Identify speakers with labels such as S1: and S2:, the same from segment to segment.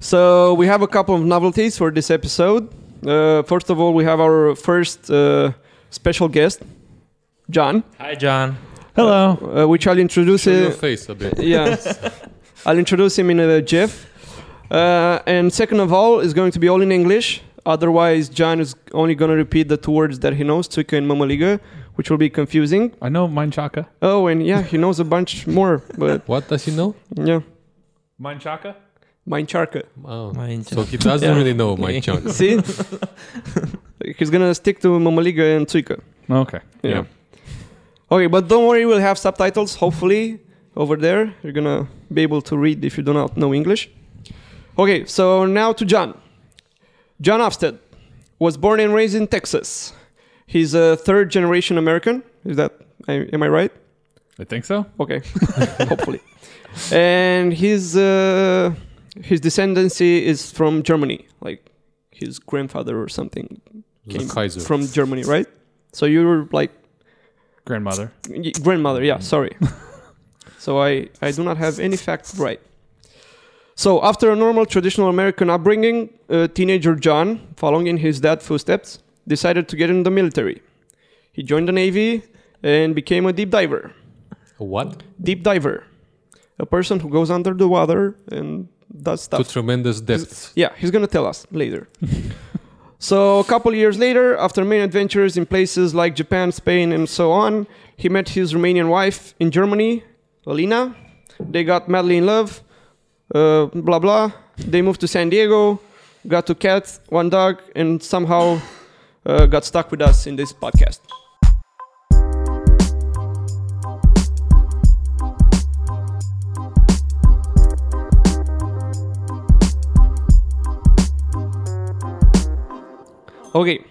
S1: So we have a couple of novelties for this episode. Uh, first of all, we have our first uh, special guest, John,
S2: Hi, John.
S3: Hello.
S1: uh, which I'll introduce.
S4: Show your
S1: Uh,
S4: face a bit.
S1: yeah, I'll introduce him in uh, Jeff. Uh, and second of all, is going to be all in English. Otherwise, John is only going to repeat the two words that he knows, Tsuka and Mamaliga, which will be confusing.
S3: I know Mein Chaka.
S1: Oh, and yeah, he knows a bunch more, but
S4: What does he know?
S1: yeah,
S3: Mein Chaka?
S1: Mein Charka.
S4: Oh.
S2: My
S4: So he doesn't
S1: Yeah.
S4: really know my chunk.
S1: See? He's gonna stick to Mamaliga and Tsuika.
S3: Oh, Okay.
S1: Yeah. Okay, but don't worry, we'll have subtitles, hopefully, over there. You're gonna be able to read if you do not know English. Okay, so now to John. John Ofsted was born and raised in Texas. He's a third generation American. Is that, I- am I right?
S3: I think so.
S1: Okay, hopefully. And his uh, his descendancy is from Germany, like his grandfather or something
S4: The
S1: came
S4: Kaiser.
S1: from Germany, right? So you were like
S3: Grandmother.
S1: y- grandmother, yeah. Sorry. so I I do not have any facts right. So after a normal traditional American upbringing, uh, teenager John, following in his dad's footsteps, decided to get in the military. He joined the navy and became a deep diver
S4: what?
S1: deep diver, a person who goes under the water and does
S4: To
S1: stuff.
S4: tremendous depths.
S1: Yeah, he's gonna tell us later. so a couple years later, after many adventures in places like Japan, Spain, and so on, he met his Romanian wife in Germany, Alina. They got madly in love. Uh, blah blah. They moved to San Diego, got two cats, one dog, and somehow uh, got stuck with us in this podcast. Okay,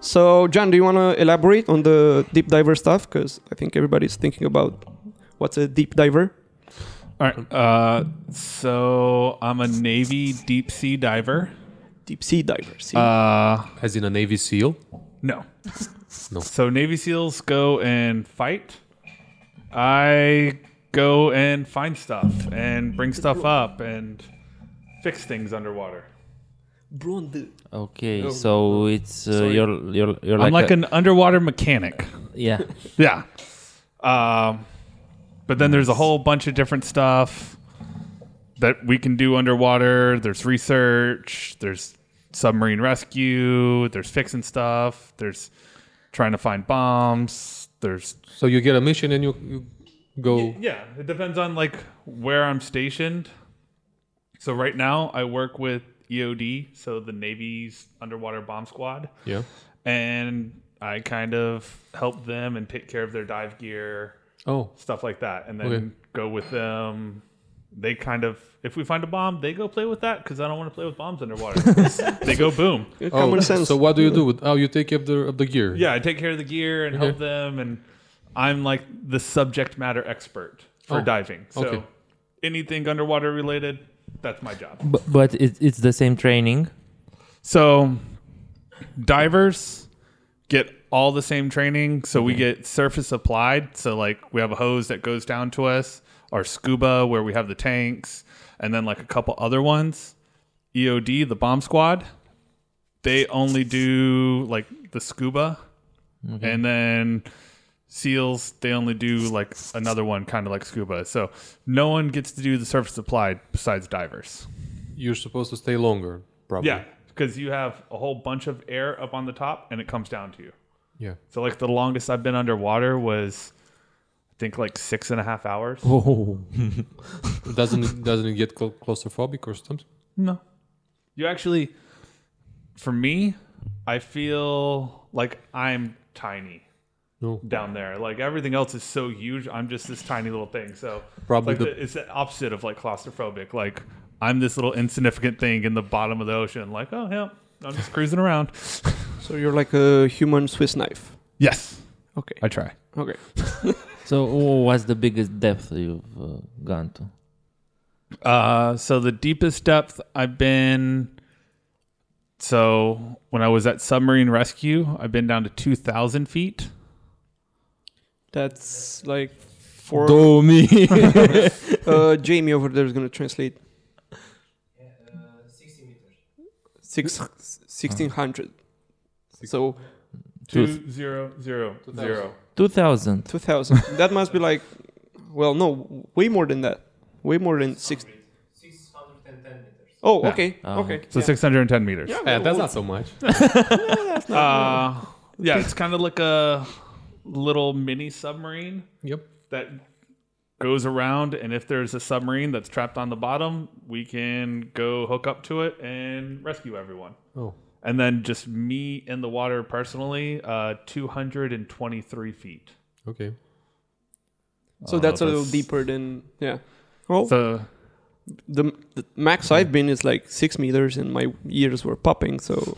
S1: so John, do you want to elaborate on the deep diver stuff? Because I think everybody's thinking about what's a deep diver.
S3: All right. Uh, so I'm a Navy deep sea diver.
S1: Deep sea diver. See?
S3: Uh,
S4: As in a Navy SEAL.
S3: no.
S4: No.
S3: So Navy SEALs go and fight. I go and find stuff and bring stuff up and fix things underwater.
S2: Okay, so it's uh,
S1: Sorry.
S2: you're you're you're like,
S3: I'm like
S2: a,
S3: an underwater mechanic.
S2: yeah.
S3: Yeah. Um, but then there's a whole bunch of different stuff that we can do underwater. There's research, there's submarine rescue, there's fixing stuff, there's trying to find bombs. There's
S4: So you get a mission and you, you go.
S3: yeah, it depends on like where I'm stationed. So right now I work with EOD, so the Navy's underwater bomb squad.
S4: Yeah.
S3: And I kind of help them and take care of their dive gear,
S4: Oh.
S3: stuff like that, and then
S4: Okay.
S3: go with them. They kind of, if we find a bomb, they go play with that because I don't want to play with bombs underwater. they go boom.
S1: Common
S4: oh.
S1: sense.
S4: So what do you do? With, oh, you take up the of the gear.
S3: Yeah, I take care of the gear and help
S4: Okay.
S3: them, and I'm like the subject matter expert for
S4: Oh,
S3: diving. So
S4: okay.
S3: anything underwater related, that's my job.
S2: But, but it, it's the same training.
S3: So divers get all the same training. So we get surface applied. So like we have a hose that goes down to us, our scuba where we have the tanks, and then like a couple other ones. EOD, the bomb squad, they only do like the scuba. And then SEALs, they only do like another one kind of like scuba. So no one gets to do the surface applied besides divers.
S4: You're supposed to stay longer. Probably.
S3: Yeah, because you have a whole bunch of air up on the top, and it comes down to you.
S4: Yeah.
S3: So like the longest I've been underwater was, I think like six and a half hours.
S2: Oh,
S4: Doesn't it, doesn't it get cla- claustrophobic or something?
S3: No, you actually, for me, I feel like I'm tiny
S4: No.
S3: down there. Like everything else is so huge, I'm just this tiny little thing. So it's
S4: Probably
S3: like
S4: the-
S3: the, it's the opposite of like claustrophobic. Like I'm this little insignificant thing in the bottom of the ocean. Like oh yeah, I'm just cruising around.
S1: So you're like a human Swiss knife.
S3: Yes,
S1: Okay.
S3: I try.
S1: Okay.
S2: so oh, what's the biggest depth you've uh, gone to?
S3: Uh, so the deepest depth I've been. So when I was at submarine rescue, I've been down to two thousand feet.
S1: That's like for
S4: Do me.
S1: uh, Jamie over there is gonna translate.
S2: Six
S1: Six, 1600. So
S3: Two
S2: Two-
S3: zero zero zero.
S2: 2000.
S1: 2000. that must be like, well, no, way more than that. Way more than six.
S5: 610 meters.
S1: Oh,
S3: Yeah.
S1: okay.
S2: Oh,
S1: okay.
S3: So
S1: yeah.
S3: 610 meters.
S1: Yeah,
S4: Yeah,
S1: well,
S4: that's not so much.
S3: Uh, yeah, it's kind of like a little mini submarine
S4: yep.
S3: that goes around, and if there's a submarine that's trapped on the bottom, we can go hook up to it and rescue everyone.
S4: Oh.
S3: And then just me in the water personally, uh, 223 feet.
S4: Okay.
S1: So
S3: Oh,
S1: Uh-huh. that's a little
S3: that's-
S1: deeper than, yeah. Well,
S3: So
S1: the, the max I've been is like six meters, and my ears were popping. So,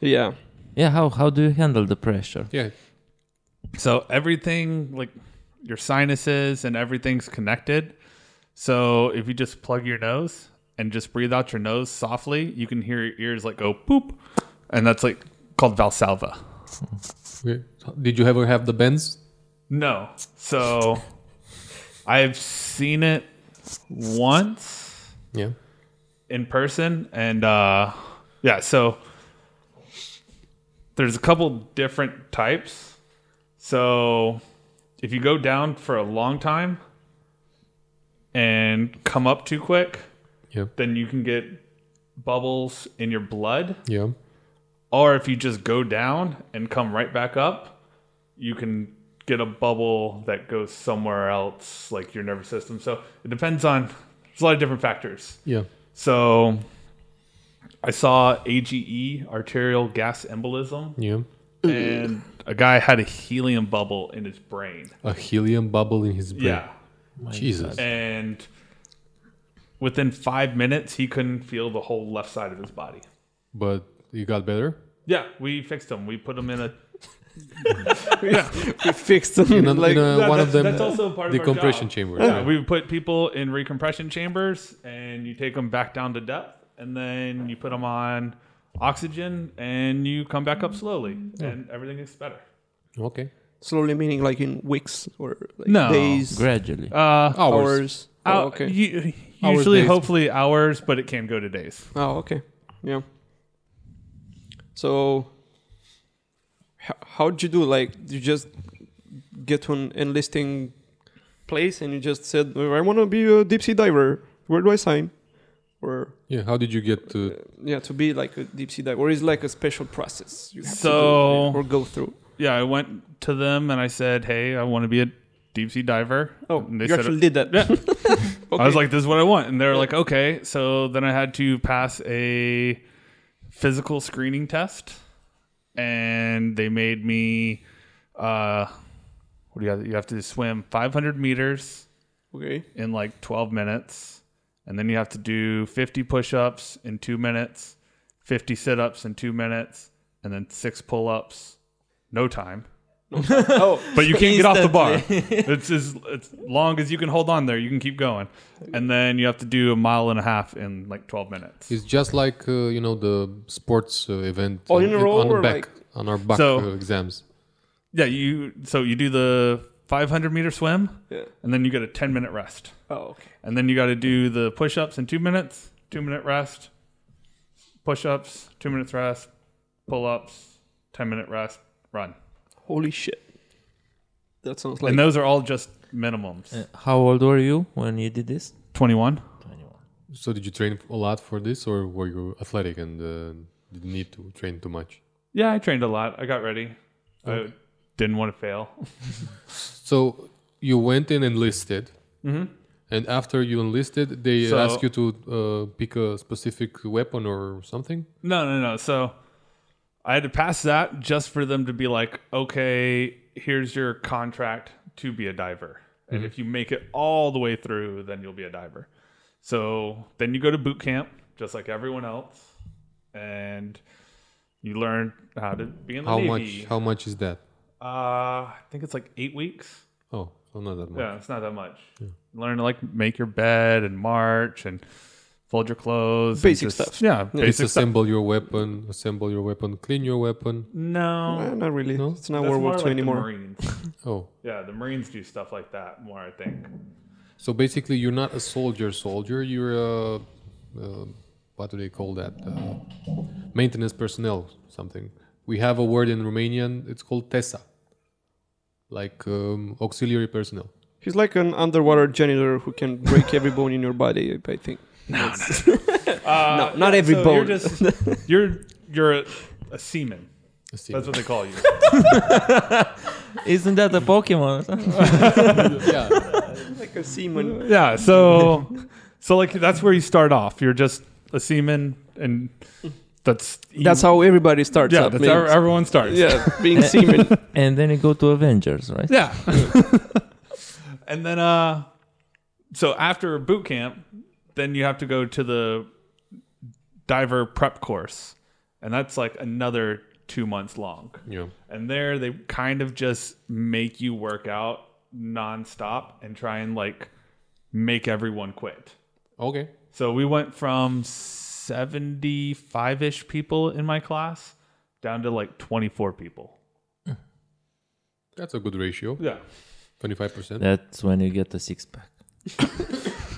S1: yeah.
S2: Yeah, how, how do you handle the pressure?
S4: Yeah.
S3: So everything like your sinuses and everything's connected. So if you just plug your nose and just breathe out your nose softly, you can hear your ears like go boop, and that's like called valsalva.
S4: Weird. Did you ever have the bends?
S3: No, so I've seen it once
S4: Yeah.
S3: in person, and uh, yeah, so there's a couple different types. So if you go down for a long time and come up too quick,
S4: Yeah.
S3: then you can get bubbles in your blood.
S4: Yeah.
S3: Or if you just go down and come right back up, you can get a bubble that goes somewhere else, like your nervous system. So it depends on there's a lot of different factors.
S4: Yeah.
S3: So I saw AGE, arterial gas embolism,
S4: Yeah.
S3: and a guy had a helium bubble in his brain.
S4: A helium bubble in his brain.
S3: Yeah.
S4: Jesus.
S3: And within five minutes, he couldn't feel the whole left side of his body.
S4: But you got better?
S3: Yeah, we fixed him. We put him in a.
S1: We fixed them.
S4: In, a,
S1: like,
S4: in a,
S3: Yeah,
S4: one of
S3: that's-
S4: them
S3: that's also part of our
S4: decompression
S3: job.
S4: chamber.
S3: Yeah, we put people in recompression chambers and you take them back down to depth and then you put them on oxygen and you come back up slowly and everything is better.
S4: Okay.
S1: slowly meaning like in weeks or like
S3: No.
S1: days,
S2: Gradually.
S3: Uh,
S4: Hours.
S1: hours. Oh, okay.
S3: u-
S4: Hours,
S3: usually,
S4: days.
S3: hopefully, hours, but it can go to days.
S1: Oh, okay. Yeah. So, h- how'd you do? Like, you just get to an enlisting place and you just said, "I want to be a deep sea diver. Where do I sign?" Or
S4: Yeah. How did you get to?
S1: yeah, to be like a deep sea diver, or is it like a special process you have
S3: So-
S1: to go, or go through?
S3: Yeah, I went to them and I said, "Hey, I want to be a deep sea diver."
S1: Oh,
S3: And
S1: you
S3: they said,
S1: actually did that.
S3: Yeah.
S1: okay.
S3: I was like, "This is what I want," and they're like, "Okay." So then I had to pass a physical screening test, and they made me. Uh, what do you have? You have to swim 500 meters
S1: okay,
S3: in like 12 minutes, and then you have to do 50 push-ups in two minutes, 50 sit-ups in two minutes, and then six pull-ups. No time.
S1: oh,
S3: But you can't get off the bar. It's as it's long as you can hold on there. You can keep going, and then you have to do a mile and a half in like twelve minutes.
S4: It's just like uh, you know the sports uh, event.
S1: Oh, in
S4: on-
S1: a row
S4: on
S1: or
S4: back
S1: like-
S4: on our back
S3: So-
S4: uh, exams.
S3: Yeah, you so you do the five hundred meter swim,
S1: Yeah.
S3: and then you get a ten minute rest,
S1: oh, okay.
S3: and then you got to do the push ups in two minutes, two minute rest, push ups, two minutes rest, pull ups, ten minute rest, run,
S1: Holy shit, that sounds like
S3: and those are all just minimums.
S2: Uh, how old were you when you did this?
S3: Twenty one.
S2: 21.
S4: So did you train a lot for this, or were you athletic and uh, didn't need to train too much?
S3: Yeah, I trained a lot. I got ready. I didn't want to fail.
S4: So you went in enlisted, and after you enlisted, they
S3: Mm-hmm. So-
S4: asked you to uh, pick a specific weapon or something.
S3: No, no, no. So I had to pass that just for them to be like, okay, here's your contract to be a diver. And if you make it all the way through, then you'll be a diver. So then you go to boot camp, just like everyone else, and you learn how to be in the
S4: How
S3: Navy.
S4: much? How much is that?
S3: uh, I think it's like eight weeks.
S4: Oh, so not that much.
S3: Yeah, it's not that much. Learn to like make your bed and march and fold your clothes. and
S1: Basic
S3: just-
S1: stuff.
S3: Yeah,
S4: Just
S3: basic stuff.
S4: assemble your weapon, assemble your weapon, clean your weapon.
S3: No,
S1: Eh, not really.
S4: No?
S1: It's not
S3: That's
S1: World
S3: more
S1: War Two
S3: like the
S1: anymore.
S3: Marines.
S4: Oh,
S3: yeah, the Marines do stuff like that more, I think.
S4: so basically you're not a soldier, soldier. You're a, uh what do they call that? Uh, maintenance personnel, something. We have a word in Romanian. It's called TESA, like um, auxiliary personnel.
S1: He's like an underwater janitor who can break every bone in your body, I think.
S3: Uh,
S1: No, not every
S3: so
S1: bone.
S3: You're just you're you're a, a seaman.
S4: Let's see.
S3: That's what they call you.
S2: Isn't that a Pokemon?
S4: yeah,
S1: Like a seaman.
S3: yeah. So so like that's where you start off. You're just a seaman, and that's
S1: That's how everybody starts
S3: yeah.
S1: up.
S3: That's
S1: man.
S3: how everyone starts.
S1: yeah, being seaman.
S2: and then you go to Avengers, right?
S3: Yeah. and then uh so after boot camp, then you have to go to the diver prep course. And that's like another 2 months long.
S4: yeah.
S3: And there they kind of just make you work out nonstop and try and like make everyone quit.
S4: Okay.
S3: So we went from 75 ish people in my class down to like 24 people.
S4: That's a good ratio,
S3: Yeah.
S4: twenty-five percent.
S2: That's when you get the six pack.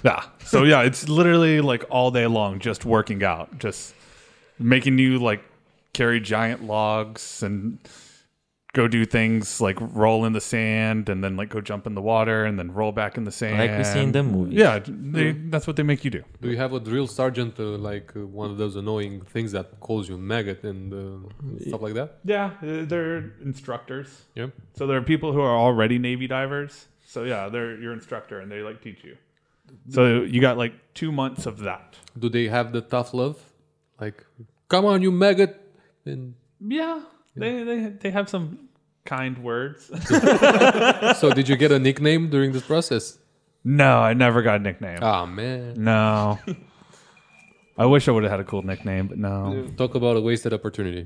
S3: Yeah. So yeah, it's literally like all day long just working out, just making you like carry giant logs and go do things like roll in the sand and then like go jump in the water and then roll back in the sand.
S2: Like we see in the movies.
S3: Yeah, they, that's what they make you do.
S4: Do you have a drill sergeant, uh, like uh, one of those annoying things that calls you maggot and uh, stuff like that?
S3: Yeah, uh, they're instructors.
S4: Yeah.
S3: So there are people who are already Navy divers. So yeah, they're your instructor and they like teach you. So you got like two months of that.
S4: Do they have the tough love? Like, come on, you maggot! And
S3: Yeah, they they they have some kind words.
S4: so, did you get a nickname during this process?
S3: No, I never got a nickname.
S4: Ah man,
S3: no. I wish I would have had a cool nickname, but no.
S4: talk about a wasted opportunity.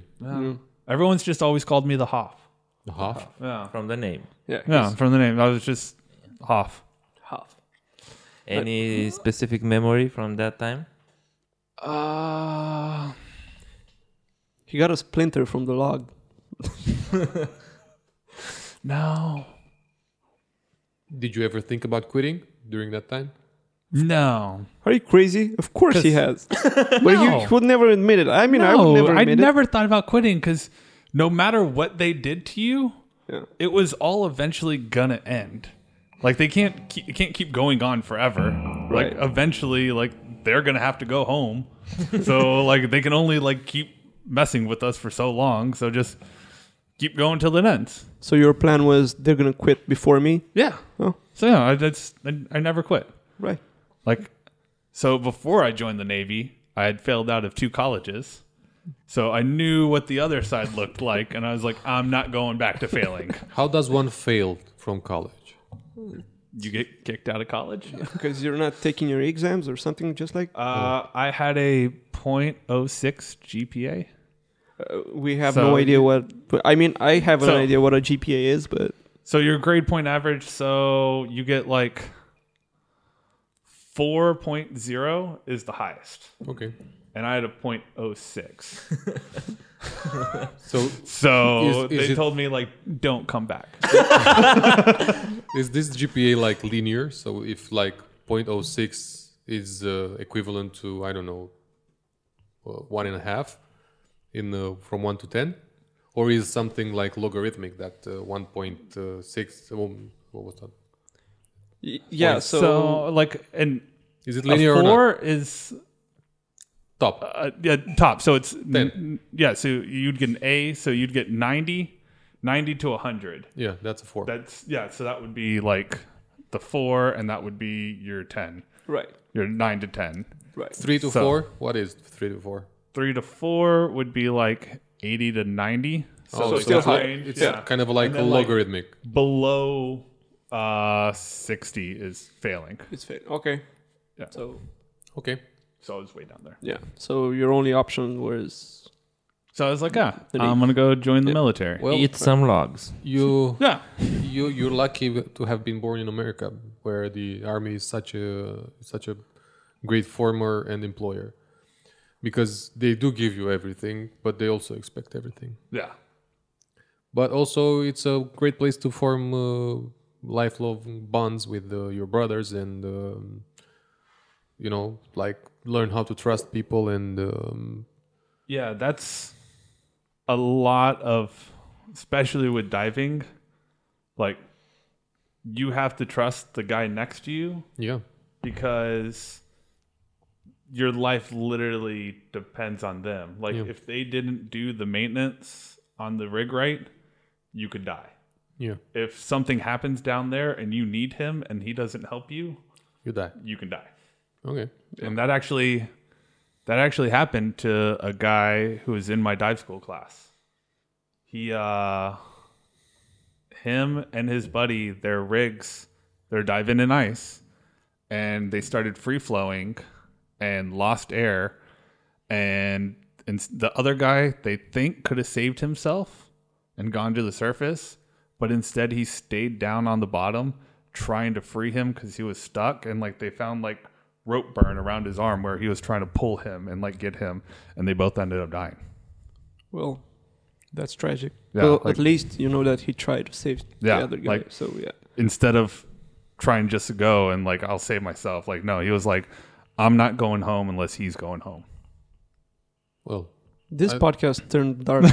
S3: Everyone's just always called me the Hoff.
S4: The Hoff.
S3: Yeah.
S2: From the name.
S1: Yeah.
S3: Yeah, from the name. I was just Hoff.
S1: Half.
S2: Any specific memory from that time?
S3: Uh,
S1: He got a splinter from the log.
S3: no.
S4: Did you ever think about quitting during that time?
S3: No.
S1: Are you crazy? Of course he has. but
S3: No.
S1: he, he would never admit it. I mean, I
S3: No,
S1: would never
S3: I
S1: admit
S3: never thought about quitting because no matter what they did to you,
S1: it. Yeah.
S3: it was all eventually gonna end. Like they can't keep, it can't keep going on forever.
S1: Right.
S3: Like eventually, like they're gonna have to go home. so like they can only like keep messing with us for so long. So just keep going till it ends.
S1: So your plan was they're gonna quit before me,
S3: Yeah.
S1: Oh.
S3: So yeah, I, that's I, I never quit.
S1: right?
S3: Like, so before I joined the Navy, I had failed out of two colleges. So I knew what the other side looked like, and I was like, I'm not going back to failing.
S4: How does one fail from college?
S3: you get kicked out of college?
S1: Because you're not taking your exams or something, just like
S3: Uh, I had a 0.06 GPA.
S1: uh, we have
S3: So-
S1: no idea what. But, I mean, I have an
S3: So-
S1: idea what a GPA is, but
S3: So your grade point average, so you get like 4.0 is the highest.
S4: Okay.
S3: And I had a 0.06.
S4: So,
S3: So
S4: Is- is
S3: they
S4: it-
S3: told me like, don't come back.
S4: is this GPA like linear? So, if like 0.06 is uh, equivalent to I don't know, uh, one and a half, in uh, from one to ten, or is something like logarithmic that uh, 1.6? Um, what was that?
S1: y- yeah.
S3: So,
S1: So,
S3: like, and
S4: Is it
S3: a
S4: linear or not?
S3: four is
S4: Top.
S3: uh, yeah, top. So it's yeah. So you'd get an A. So you'd get 90, 90 to 100.
S4: Yeah, that's a four.
S3: That's yeah. So that would be like the four, and that would be your ten,
S1: right,
S3: your nine to ten.
S1: right.
S4: three to
S3: so-
S4: four. What is three to four?
S3: Three to four would be like eighty to ninety. So,
S4: Oh,
S3: like
S4: so it's
S3: the
S4: like-
S3: range,
S4: It's
S3: yeah.
S4: kind of like
S3: And
S4: a
S3: then, like-
S4: logarithmic.
S3: below uh sixty is failing.
S1: It's fit. Okay.
S3: Yeah.
S1: So
S4: Okay.
S3: So I was way down there.
S1: yeah. So your only option was
S3: So I was like, yeah,
S1: The
S3: I'm gonna go join the military.
S4: Well,
S2: Eat some logs.
S4: you
S3: yeah.
S4: you you're lucky to have been born in America, where the army is such a such a great former and employer, because they do give you everything, but they also expect everything.
S3: Yeah.
S4: But also, it's a great place to form uh, lifelong bonds with uh, your brothers and um, you know, like learn how to trust people and um,
S3: Yeah, that's a lot of, especially with diving, like you have to trust the guy next to you
S4: yeah,
S3: because your life literally depends on them. Like
S4: Yeah.
S3: if they didn't do the maintenance on the rig right, you could die.
S4: yeah,
S3: If something happens down there and you need him and he doesn't help you,
S4: you die.
S3: you can die
S4: Okay.
S3: and that actually that actually happened to a guy who was in my dive school class he uh him and his buddy their rigs they're diving in ice and they started free flowing and lost air and and s- the other guy they think could have saved himself and gone to the surface but instead he stayed down on the bottom trying to free him because he was stuck and like they found like rope burn around his arm where he was trying to pull him and like get him and they both ended up dying
S1: Well, that's tragic.
S3: Yeah,
S1: well,
S3: like-
S1: at least you know that he tried to save
S3: Yeah,
S1: the other guy.
S3: like-
S1: so yeah.
S3: instead of trying just to go and like i'll save myself like no he was like i'm not going home unless he's going home
S4: Well,
S1: This
S4: I-
S1: podcast turned dark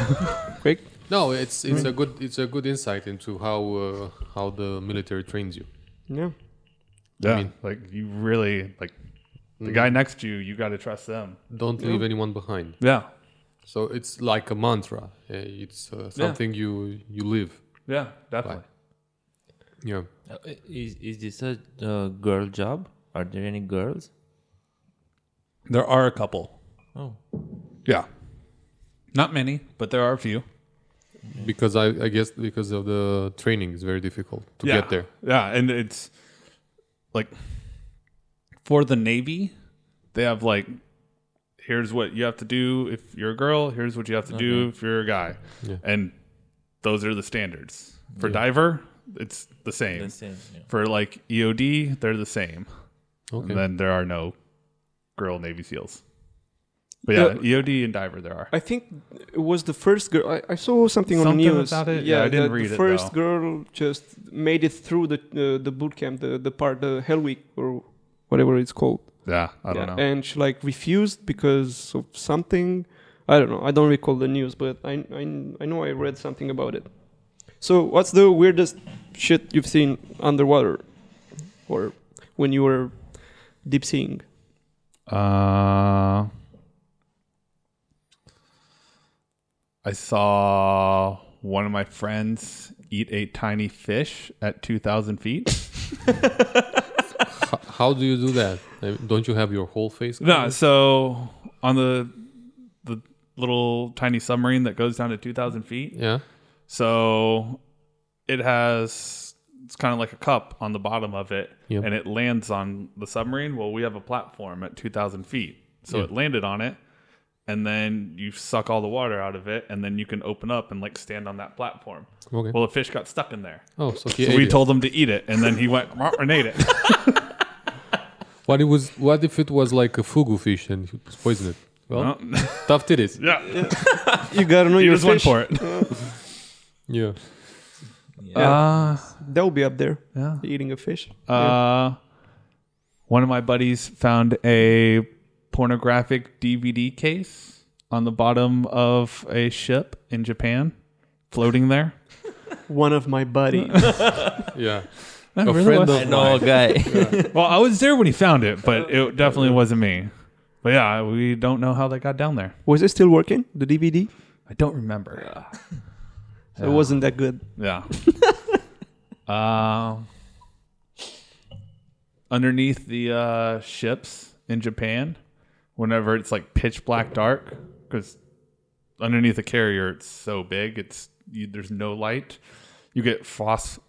S1: quick.
S4: no, it's it's
S3: Mm.
S4: a good it's a good insight into how uh, how the military trains you.
S1: Yeah.
S3: yeah Mm. like you really like the guy next to you you got to trust them
S4: Don't leave anyone behind.
S3: yeah
S4: So it's like a mantra. Uh, It's uh, something you you live.
S3: yeah definitely
S4: Yeah.
S2: Uh, Is is this a uh, girl job? Are there any girls?
S3: there are a couple
S2: Oh,
S3: yeah not many but there are a few
S4: Because I, I guess because of the training is very difficult to
S3: yeah.
S4: get there.
S3: Yeah, and it's like for the Navy, they have like here's what you have to do if you're a girl, here's what you have to do if you're a guy.
S4: Yeah.
S3: And those are the standards. For diver, it's the same.
S2: the same. Yeah.
S3: For like EOD, they're the same.
S4: Okay.
S3: And then there are no girl Navy SEALs. But yeah, EOD and diver there are.
S1: I think it was the first girl. I, I saw something, on the
S3: Something
S1: news.
S3: about it? Yeah, I didn't
S1: that
S3: read
S1: the
S3: it,
S1: first
S3: though.
S1: girl just made it through the uh, the boot camp, the, the part, the Hell Week or whatever it's called.
S3: yeah, I don't
S1: Yeah,
S3: know.
S1: And she like refused because of something. I don't know. I don't recall the news, but I I, I know I read something about it. So what's the weirdest shit you've seen underwater, or when you were deep seeing?
S3: Uh, I saw one of my friends eat a tiny fish at 2,000 feet.
S4: H- how do you do that? I mean, don't you have your whole face?
S3: no, so on the the little tiny submarine that goes down to 2,000 feet.
S4: Yeah.
S3: So it has it's kind of like a cup on the bottom of it,
S4: Yeah.
S3: and it lands on the submarine. Well, we have a platform at two thousand feet, so
S4: Yeah.
S3: it landed on it, and then you suck all the water out of it, and then you can open up and like stand on that platform.
S4: Okay.
S3: Well, a fish got stuck in there.
S4: oh, so, he
S3: So
S4: ate
S3: we
S4: it.
S3: told him to eat it, and then he went "Rah, and ate it.
S4: What it was? What if it was like a fugu fish and he was poisoned? Well,
S3: Well,
S4: tough titties.
S3: yeah,
S1: You gotta know
S3: he
S1: your
S3: just went
S1: fish.
S3: for it.
S4: Yeah.
S1: Ah,
S3: Uh,
S1: That will be up there.
S3: yeah.
S1: Eating a fish.
S3: Uh, one of my buddies found a pornographic DVD case on the bottom of a ship in Japan, floating there.
S1: One of my buddies.
S4: Yeah.
S3: That
S4: A
S3: really
S4: friend
S3: was-
S2: I know a guy.
S3: well, I was there when he found it, but it definitely wasn't me. But yeah, we don't know how that got down there.
S1: was it still working? The DVD?
S3: I don't remember.
S1: It wasn't that good.
S3: Yeah. Um. underneath the uh, ships in Japan, whenever it's like pitch black dark, because underneath the carrier it's so big, it's you, there's no light. You get phos-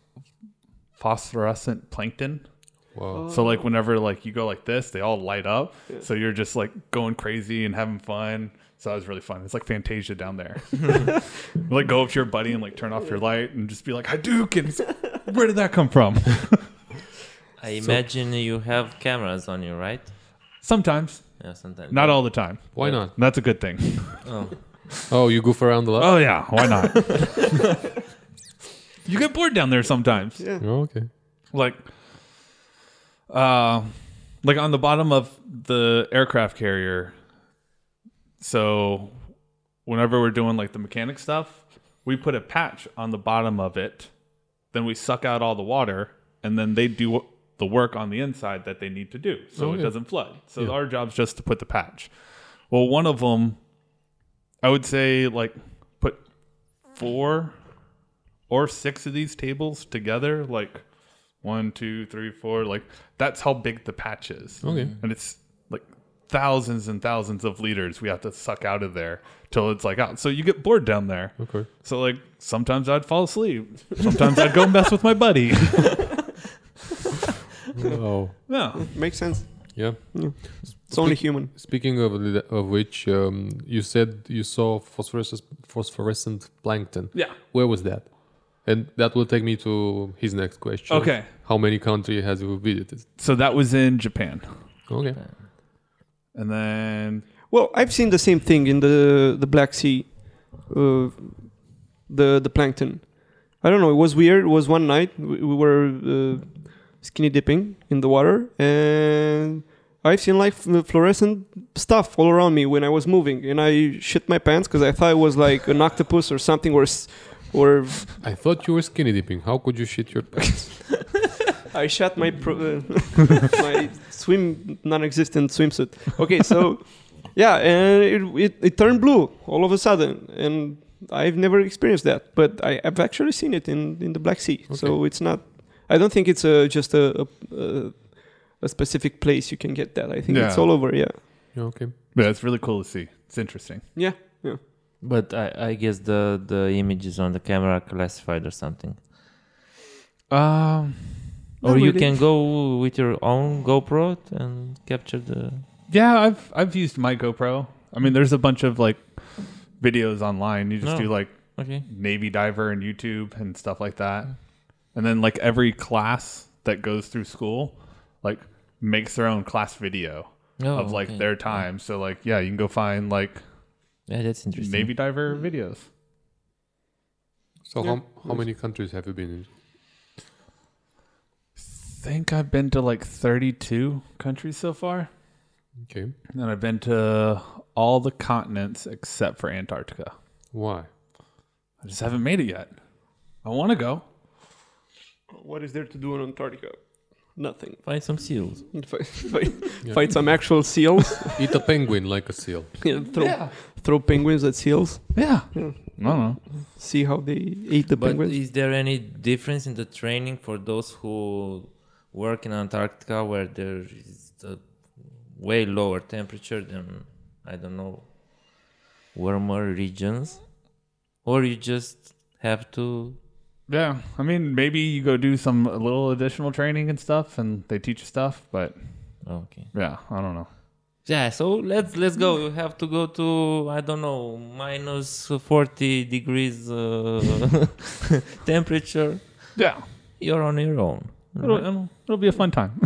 S3: phosphorescent plankton.
S4: Wow.
S3: So like whenever like you go like this, they all light up. So you're just like going crazy and having fun. So that was really fun. It's like Fantasia down there. like go up to your buddy and like turn off your light and just be like Hadouken. It's like, Where did that come from?
S2: I imagine you have cameras on you, right?
S3: Sometimes,
S2: Yeah, sometimes.
S3: not all the time.
S4: Why not?
S3: That's a good thing.
S2: Oh.
S4: Oh, you goof around a lot.
S3: Oh yeah, why not? you Uh. get bored down there sometimes.
S4: Oh, okay.
S3: Like, uh, like on the bottom of the aircraft carrier. So, whenever we're doing like the mechanic stuff, we put a patch on the bottom of it. Then we suck out all the water, and then they do the work on the inside that they need to do, so it doesn't flood. So our job's just to put the patch. Well, one of them, I would say, like put four or six of these tables together, like one, two, three, four. Like that's how big the patch is.
S4: Okay.
S3: And it's like thousands and thousands of liters we have to suck out of there till it's like out. So you get bored down there.
S4: Okay.
S3: So like sometimes I'd fall asleep. Sometimes I'd go mess with my buddy.
S4: oh.
S3: No.
S1: Makes sense.
S4: Yeah.
S1: It's only human.
S4: Speaking of the- of which, um, you said you saw phosphorescent phosphorescent plankton.
S3: Yeah.
S4: Where was that? And that will take me to his next question.
S3: Okay.
S4: How many country has you visited?
S3: So that was in Japan.
S4: Okay.
S3: And then
S1: Well, I've seen the same thing in the the Black Sea, uh, the the plankton. I don't know. It was weird. It was one night we, we were uh, skinny dipping in the water, and I've seen like fl- fluorescent stuff all around me when I was moving, and I shit my pants because I thought it was like an octopus or something, or s- or
S4: I thought you were skinny dipping. How could you shit your pants?
S1: I shot my pro- uh, my swim non-existent swimsuit. Okay, so yeah, and it, it it turned blue all of a sudden, and I've never experienced that, but I have actually seen it in in the Black Sea. So
S4: Okay.
S1: it's not. I don't think it's a, just a, a- a a specific place you can get that. I think it's
S3: Yeah.
S1: all over. Yeah,
S4: Yeah, okay.
S3: yeah, it's really cool to see. It's interesting.
S1: yeah, yeah.
S2: But I, I guess the, the images on the camera are classified or something.
S3: Um
S2: or
S1: Not
S2: you
S1: really.
S2: can go with your own GoPro and capture the.
S3: yeah, I've I've used my GoPro. I mean there's a bunch of like videos online. You just
S2: No.
S3: do like
S2: Okay.
S3: Navy diver and YouTube and stuff like that. And then like every class that goes through school, like makes their own class video
S2: Oh,
S3: of like
S2: okay.
S3: their time. So like yeah, you can go find like
S2: Yeah, that's interesting.
S3: Navy
S2: Mm-hmm.
S3: diver videos.
S4: So
S1: Yeah.
S4: how how many countries have you been in?
S3: Think I've been to like 32 countries so far,
S4: Okay.
S3: and I've been to all the continents except for Antarctica.
S4: Why?
S3: I just haven't made it yet. I want to go.
S1: What is there to do in Antarctica? Nothing.
S2: Find some seals.
S1: Fight, fight, fight some actual seals.
S4: Eat a penguin like a seal.
S1: yeah, throw throw penguins at seals.
S3: Yeah.
S1: Yeah.
S3: I don't know.
S1: See how they eat the
S2: But
S1: penguins.
S2: is there any difference in the training for those who work in Antarctica where there is a way lower temperature than, I don't know, warmer regions? Or you just have to.
S3: Yeah. I mean, maybe you go do some a little additional training and stuff, and they teach you stuff, but
S2: Okay.
S3: yeah, I don't know.
S2: Yeah, so let's let's go. You have to go to I don't know minus forty degrees uh, temperature.
S3: Yeah.
S2: You're on your own.
S3: It'll,
S2: right?
S3: it'll, it'll be a fun time.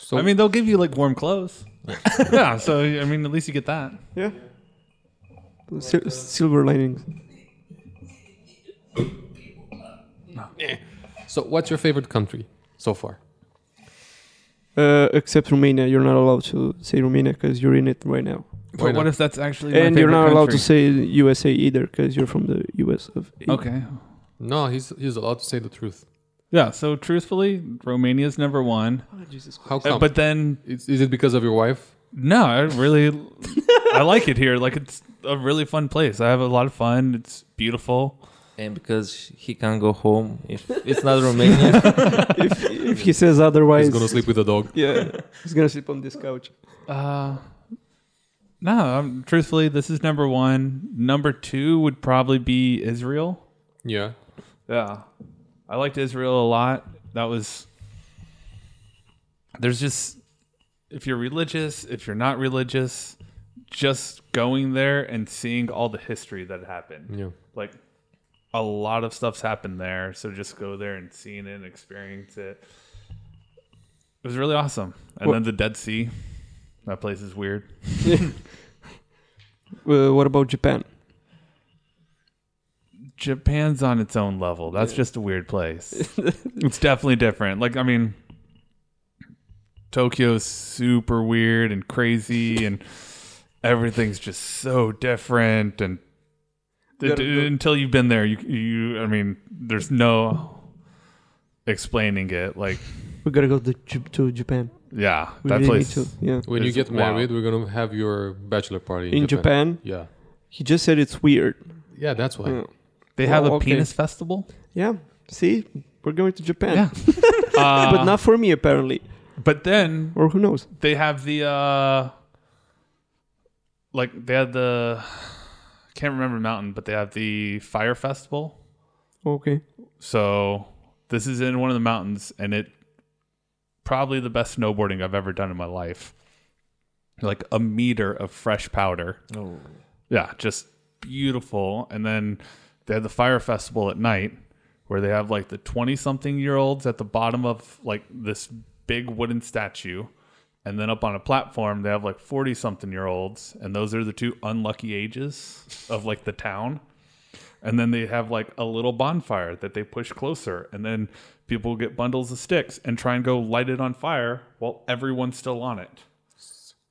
S4: So
S3: I mean, they'll give you like warm clothes. yeah. So, I mean, at least you get that.
S1: Yeah. Sil- silver linings.
S4: so what's your favorite country so far?
S1: Uh, except Romania, you're not allowed to say Romania because you're in it right now,
S4: Why
S3: But what
S4: not?
S3: if that's actually my
S1: and you're
S3: favorite
S1: not allowed
S3: country?
S1: to say USA either because you're from the US of A.
S3: Okay.
S4: No, he's he's allowed to say the truth.
S3: Yeah. So truthfully, Romania's number one.
S1: Oh,
S4: How
S3: Uh,
S4: come?
S3: but then
S4: is, is it because of your wife?
S3: no, I really I like it here. Like it's a really fun place. I have a lot of fun. It's beautiful.
S2: And because he can't go home if it's not Romania.
S1: if, if he says
S4: He's
S1: otherwise,
S4: gonna sleep with a dog.
S1: yeah, he's gonna sleep on this couch.
S3: Uh no, I'm, truthfully, this is number one. Number two would probably be Israel.
S4: Yeah.
S3: Yeah. I liked Israel a lot. That was there's just if you're religious, if you're not religious, just going there and seeing all the history that happened.
S4: Yeah.
S3: Like a lot of stuff's happened there, so just go there and seeing it and experience it. It was really awesome. And
S1: Well-
S3: then the Dead Sea. That place is weird.
S1: Uh, what about Japan?
S3: Japan's on its own level. That's just a weird place. it's definitely different. Like, I mean, Tokyo's super weird and crazy, and everything's just so different. And
S1: Gotta go-
S3: until you've been there, you, you, I mean, there's no explaining it. Like,
S1: We gotta go to, Ju- to Japan.
S3: yeah,
S1: We
S3: that
S1: really
S3: place.
S1: need to. Yeah.
S4: When you
S3: It's
S4: get
S3: wild.
S4: married, we're gonna have your bachelor party in,
S1: In Japan,
S4: Yeah,
S1: he just said it's weird.
S4: yeah, that's why.
S1: Yeah.
S3: They have
S1: Oh,
S3: a
S1: okay.
S3: penis festival.
S1: Yeah. See, we're going to Japan,
S3: Yeah,
S1: but not for me apparently,
S3: but then
S1: or who knows?
S3: they have the uh like they had the can't remember the mountain but they have the fire festival
S1: Okay.
S3: so this is in one of the mountains and it probably the best snowboarding i've ever done in my life like a meter of fresh powder
S2: Oh.
S3: yeah, just beautiful. And then they had the fire festival at night where they have like the 20 something year olds at the bottom of like this big wooden statue. And then up on a platform, they have like 40 something year olds. And those are the two unlucky ages of like the town. And then they have like a little bonfire that they push closer. And then people get bundles of sticks and try and go light it on fire while everyone's still on it.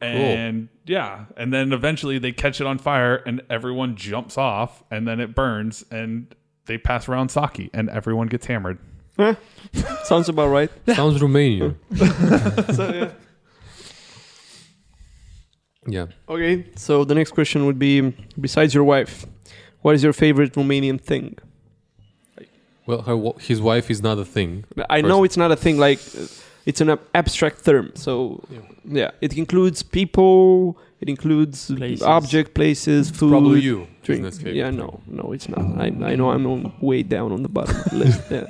S3: And yeah, and then eventually they catch it on fire and everyone jumps off and then it burns and they pass around sake and everyone gets hammered.
S1: Eh, sounds about right.
S4: Sounds Romanian.
S1: So, yeah.
S4: yeah.
S1: Okay. So the next question would be: Besides your wife, what is your favorite Romanian thing?
S4: Well, her, wa- his wife is not a thing.
S1: I
S4: First-
S1: know it's not a thing like uh, it's an ab- abstract term. So
S4: Yeah.
S1: yeah, it includes people, it includes
S2: Places.
S1: object, places, food,
S4: Probably you.
S1: drink.
S4: business favorite.
S1: Yeah, no, no, it's not. I, I know I'm on, way down on the bottom of the list. Yeah.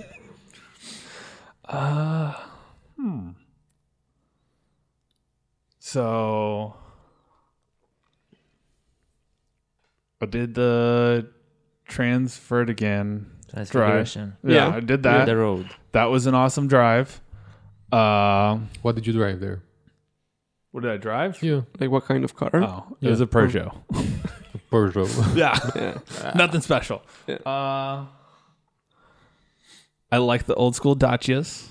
S2: Ah.
S3: Uh, hmm. So I did the transferred again.
S2: Transfiguration.
S3: Yeah,
S1: Yeah.
S3: I did that.
S2: The road.
S3: That was an awesome drive. Um,
S4: What did you drive there?
S3: what did I drive?
S4: Yeah,
S1: Like what kind of car?
S4: Ah.
S3: Oh, it was
S4: Yeah.
S3: a Peugeot.
S4: Peugeot.
S3: yeah.
S1: Yeah.
S4: Ah.
S3: Nothing special.
S1: Yeah.
S3: Uh, I like the old school Dacias.